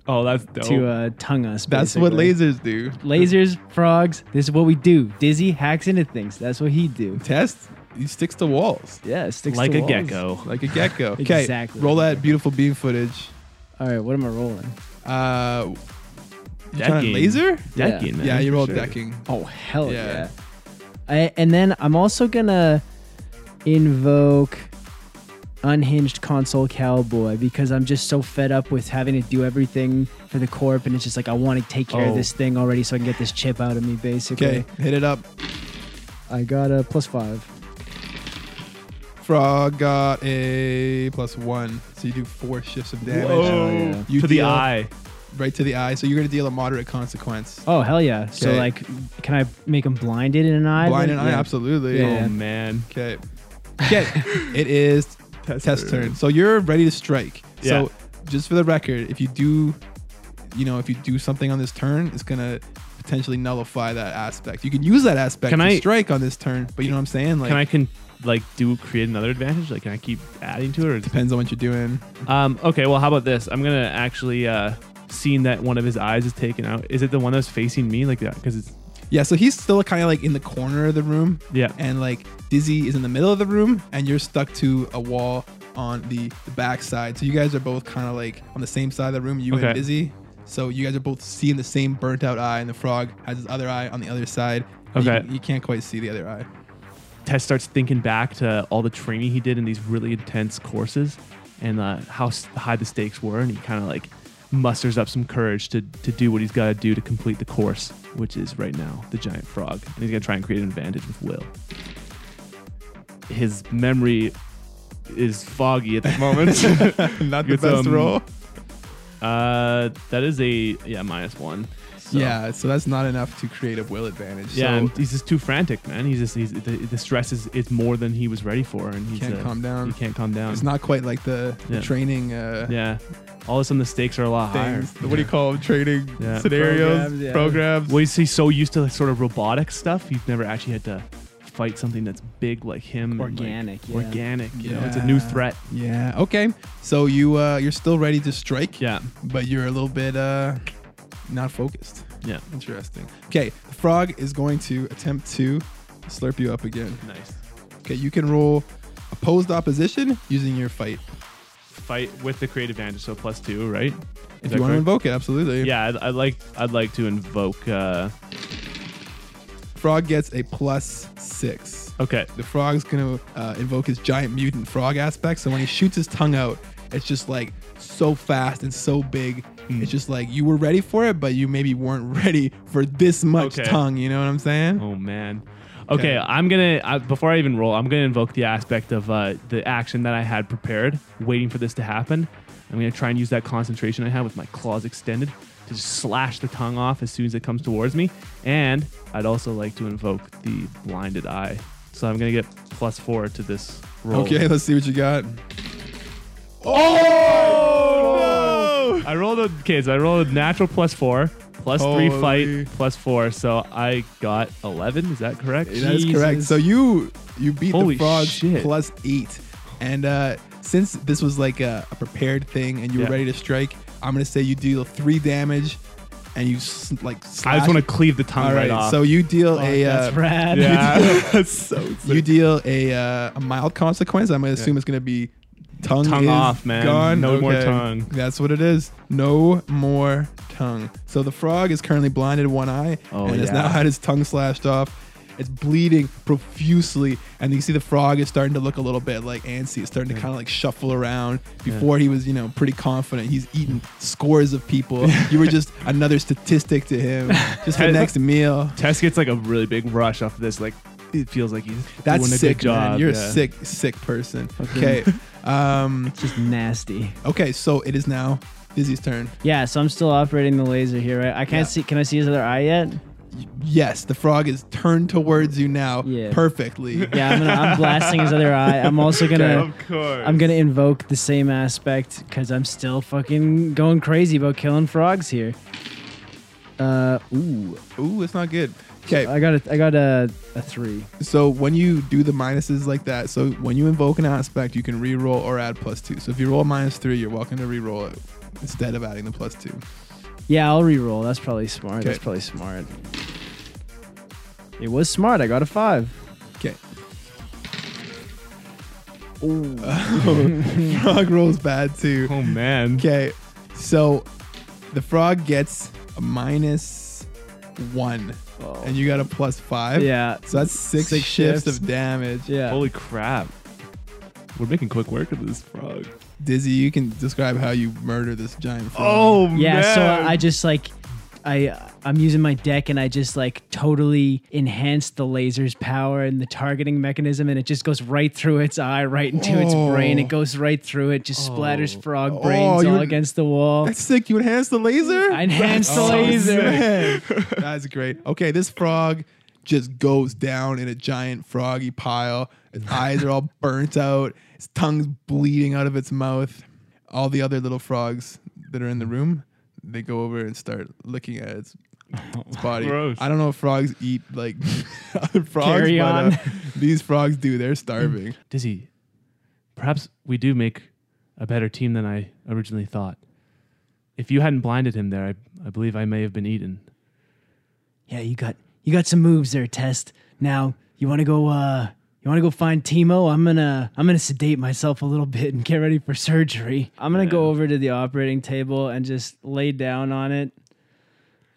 D: Oh, that's dope.
C: to uh tongue us.
B: That's what
C: basically.
B: lasers do.
C: Lasers, frogs. This is what we do. Dizzy hacks into things. That's what he do.
B: Test. He sticks to walls
E: Yeah, it sticks
D: like
E: to
D: a
E: walls.
D: gecko.
B: like a gecko. Okay,
E: Exactly.
B: roll that beautiful beam footage.
E: All right, what am I rolling?
B: Uh, you
D: Dead
B: trying
D: game.
B: laser?
D: Dead
E: Yeah.
D: game, man.
B: yeah, you rolled
D: Sure.
B: decking.
E: Oh hell
B: Yeah.
E: yeah! I, and then I'm also gonna invoke unhinged console cowboy because I'm just so fed up with having to do everything for the corp, and it's just like I want to take care
D: Oh.
E: of this thing already so I can get this chip out of me. Basically,
B: Okay, hit it up.
E: I got a plus five.
B: Frog got a plus one, so you do four shifts of damage.
D: Whoa.
E: yeah.
B: You
D: to the
B: deal-
D: eye.
B: right to the eye. So you're gonna deal a moderate consequence.
E: Oh hell yeah! So
B: Okay.
E: like, can I make him blinded in an eye?
B: Blind and
E: Yeah.
B: eye, absolutely.
E: Yeah.
D: Oh man.
B: Okay. Okay. it is test, turn. So you're ready to strike.
D: Yeah.
B: So just for the record, if you do, you know, if you do something on this turn, it's gonna potentially nullify that aspect. You can use that aspect
D: Can
B: to
D: I-
B: strike on this turn, but you know what I'm saying? Like
D: Can I can like do create another advantage? Like can I keep adding to it? Or is
B: depends on what you're doing.
D: Um, okay, well, how about this? I'm gonna actually uh, seeing that one of his eyes is taken out. Is it the one that's facing me like that? Because it's
B: Yeah, so he's still kind of like in the corner of the room.
D: Yeah.
B: And like Dizzy is in the middle of the room and you're stuck to a wall on the, the back side. So you guys are both kind of like on the same side of the room, you
D: Okay.
B: and Dizzy. So you guys are both seeing the same burnt out eye and the frog has his other eye on the other side. and you-
D: Okay.
B: You, can't quite see the other eye.
D: Tess starts thinking back to all the training he did in these really intense courses and uh, how s- high the stakes were, and he kind of like musters up some courage to to do what he's got to do to complete the course, which is right now the giant frog, and he's gonna try and create an advantage with Will. His memory is foggy at the moment.
B: Not the
D: It's,
B: best
D: um,
B: roll.
D: uh, that is a yeah minus one. So.
B: Yeah, so that's not enough to create a will advantage.
D: Yeah,
B: So
D: and he's just too frantic, man. He's just he's, the, the stress is, is more than he was ready for, and he's
B: Can't
D: uh,
B: calm down.
D: He can't calm down.
B: it's not quite like the, the
D: Yeah.
B: training uh,
D: yeah, all of a sudden the stakes are a lot higher.
B: things. What do you call them? Training
D: Yeah.
B: scenarios,
E: Programs, yeah.
B: programs.
D: Well, he's, he's so used to like sort of robotic stuff, he's never actually had to fight something that's big like him. and, like,
E: Organic, yeah.
D: organic. You know, it's a new
B: Yeah.
D: threat.
B: Yeah. Okay. So you uh, you're still ready to strike.
D: Yeah,
B: But you're a little bit uh, not focused.
D: yeah,
B: Interesting. Okay. The frog is going to attempt to slurp you up again.
D: nice.
B: Okay. You can roll opposed opposition using your fight
D: Fight with the creative advantage, so plus two, right? Is
B: if
D: that
B: you want to
D: correct?
B: invoke it. Absolutely.
D: Yeah, I'd, I'd like I'd like to invoke. Uh,
B: Frog gets a plus six.
D: okay,
B: The frog's gonna uh, invoke his giant mutant frog aspect. So when he shoots his tongue out, it's just like so fast and so big.
D: Hmm.
B: It's just like you were ready for it, but you maybe weren't ready for this much
D: Okay.
B: tongue. You know what I'm saying?
D: Oh man.
B: Okay.
D: Okay, I'm gonna I, before I even roll, I'm gonna invoke the aspect of uh, the action that I had prepared, waiting for this to happen. I'm gonna try and use that concentration I have with my claws extended to just slash the tongue off as soon as it comes towards me. And I'd also like to invoke the blinded eye, so I'm gonna get plus four to this roll.
B: Okay, let's see what you got.
D: Oh no! I rolled a okay, so I rolled a natural plus four, plus three
B: Holy.
D: fight, plus four, so I got eleven. Is that correct?
B: That is correct.
E: Jesus.
B: So you you beat
D: Holy
B: the frog
D: shit.
B: plus eight, and uh, since this was like a, a prepared thing and you
D: Yeah.
B: were ready to strike, I'm gonna say you deal three damage, and you s- like.
D: I
B: Slash
D: just want to cleave the tongue
B: All
D: right,
B: right,
D: off.
B: so you deal a. Uh,
E: That's rad.
D: yeah,
B: that's so You deal a, uh, a mild consequence. I'm going to assume it's going to be tongue,
D: Tongue
B: is
D: off, man.
B: Gone.
D: No more
B: Okay.
D: tongue.
B: That's what it is. No more tongue. So the frog is currently blinded in one eye
D: Oh,
B: and has
D: yeah.
B: now had his tongue slashed off. It's bleeding profusely, and you see the frog is starting to look a little bit like antsy. It's starting to kind of like shuffle around. Before he was, you know, pretty confident. He's eaten scores of people. you were just another statistic to him. Just the next meal.
D: Tess gets like a really big rush off of this. Like it feels like he's
B: That's
D: doing a
B: sick,
D: good job.
B: man. You're
D: yeah.
B: a sick, sick person. Okay. um.
E: Just nasty.
B: Okay. So it is now Dizzy's turn.
E: Yeah, so I'm still operating the laser here, right? I can't see.
B: Yeah.
E: Can I see his other eye yet?
B: Yes, the frog is turned towards you now.
E: Yeah.
B: Perfectly.
E: Yeah, I'm, gonna, I'm blasting his other eye. I'm also gonna.
D: course.
E: I'm gonna invoke the same aspect because I'm still fucking going crazy about killing frogs here. Uh, ooh,
B: Ooh, it's not good. Okay.
E: I got a, I got a, a three.
B: So when you do the minuses like that, so when you invoke an aspect, you can re-roll or add plus two. So if you roll a minus three, you're welcome to re-roll it instead of adding the plus two.
E: Yeah, I'll re-roll. That's probably smart. That's
B: Okay.
E: probably smart. It was smart. I got a five.
B: Okay. frog rolls bad too.
D: Oh man.
B: Okay, so the frog gets a minus one, and you got a plus five.
E: Oh. Yeah.
B: So that's six,
E: Six
B: shifts.
E: shifts.
B: of damage.
E: Yeah.
D: Holy crap. We're making quick work of this frog.
B: Dizzy, you can describe how you murder this giant frog.
D: Oh
E: Yeah,
D: man.
E: so I just like I I'm using my deck and I just like totally enhance the laser's power and the targeting mechanism and it just goes right through its eye, right into its brain.
B: Oh.
E: It goes right through it, just splatters frog
B: Oh,
E: brains
B: you
E: all
B: were-
E: against the wall.
B: That's sick. You enhance the laser?
E: I enhance the
B: That's so
E: laser.
B: sick. That's great. Okay, this frog just goes down in a giant froggy pile. Its eyes are all burnt out. Its tongue's bleeding out of its mouth. All the other little frogs that are in the room, they go over and start looking at its, its body.
D: Gross.
B: I don't know if frogs eat like other frogs,
E: Carry
B: but
E: on.
B: uh, these frogs do. They're starving.
D: Dizzy, perhaps we do make a better team than I originally thought. If you hadn't blinded him there, I, I believe I may have been eaten.
E: Yeah, you got you got some moves there, Test. Now you want to go? uh You want to go find Timo? I'm gonna I'm gonna sedate myself a little bit and get ready for surgery.
C: I'm gonna go over to the operating table and just lay down on it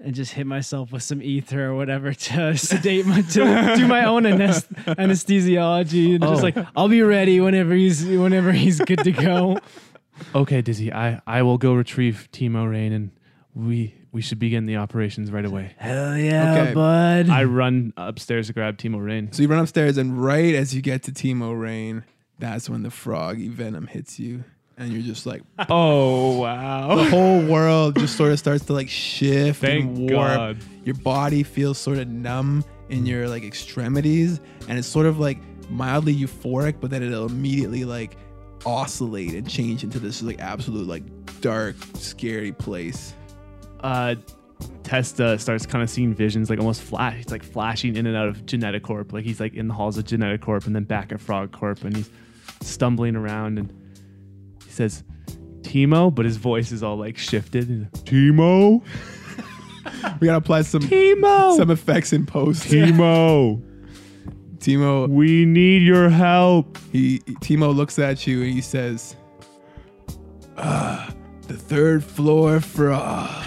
C: and just hit myself with some ether or whatever to sedate my to do my own anes- anesthesiology and just
D: Oh.
C: like I'll be ready whenever he's whenever he's good to go.
D: Okay, Dizzy, I, I will go retrieve Timo Rain and we we should begin the operations right away.
E: Hell yeah,
B: Okay.
E: bud!
D: I run upstairs to grab Timo Rain.
B: So you run upstairs, and right as you get to Timo Rain, that's when the froggy venom hits you, and you're just like,
D: Oh wow.
B: the whole world just sort of starts to like shift and
D: Thank
B: warp.
D: God.
B: Your body feels sort of numb in your like extremities, and it's sort of like mildly euphoric, but then it'll immediately like oscillate and change into this like absolute like dark, scary place.
D: Uh Testa starts kind of seeing visions, like almost flash. He's like flashing in and out of Genetic Corp. Like he's like in the halls of Genetic Corp and then back at Frog Corp, and he's stumbling around and he says, "Timo," but his voice is all like shifted. He's like, Timo,
B: We gotta apply some
D: Timo,
B: some effects in post.
D: Timo,
B: Timo,
D: we need your help.
B: he Timo looks at you and he says, "Ah, the third floor frog."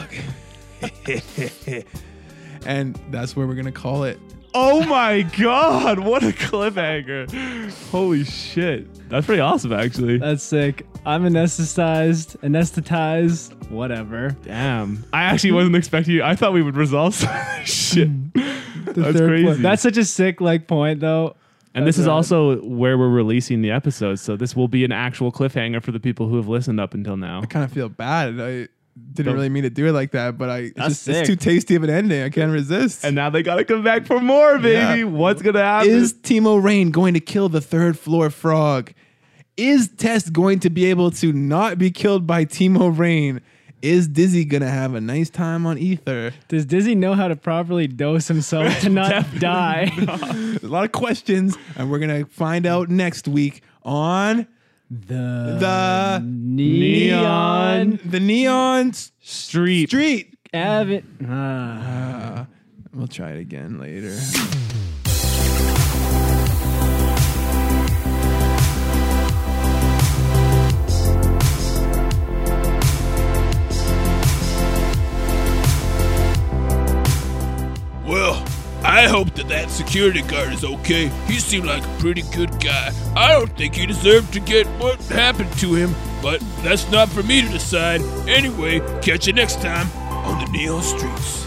B: and that's where we're gonna call it.
D: Oh my god, what a cliffhanger! Holy shit, that's pretty awesome, actually.
E: That's sick. I'm anesthetized, anesthetized, whatever.
D: Damn, I actually wasn't expecting you. I thought we would resolve some shit. That's
E: Hmm. Third
D: crazy.
E: point. That's such a sick like point though.
D: And this
E: That's
D: is
E: rad.
D: also where we're releasing the episode, so this will be an actual cliffhanger for the people who have listened up until now.
B: I kind of feel bad. I didn't
D: Don't-
B: really mean to do it like that, but I it's,
E: That's
B: just, it's
E: sick.
B: too tasty of an ending. I can't resist.
D: And now they gotta come back for more, baby.
B: Yeah.
D: What's gonna happen?
B: is Timo Rain going to kill the third floor frog? Is Test going to be able to not be killed by Timo Rain? Is Dizzy gonna have a nice time on Ether?
E: Does Dizzy know how to properly dose himself to not die?
B: There's a lot of questions, and we're gonna find out next week on
E: The,
B: the
E: neon,
B: the Neon S-
D: Street.
B: Street.
E: avid. Ah.
B: We'll try it again later.
A: Well, I hope that that security guard is okay. He seemed like a pretty good guy. I don't think he deserved to get what happened to him, but that's not for me to decide. Anyway, catch you next time on the Neon Streets.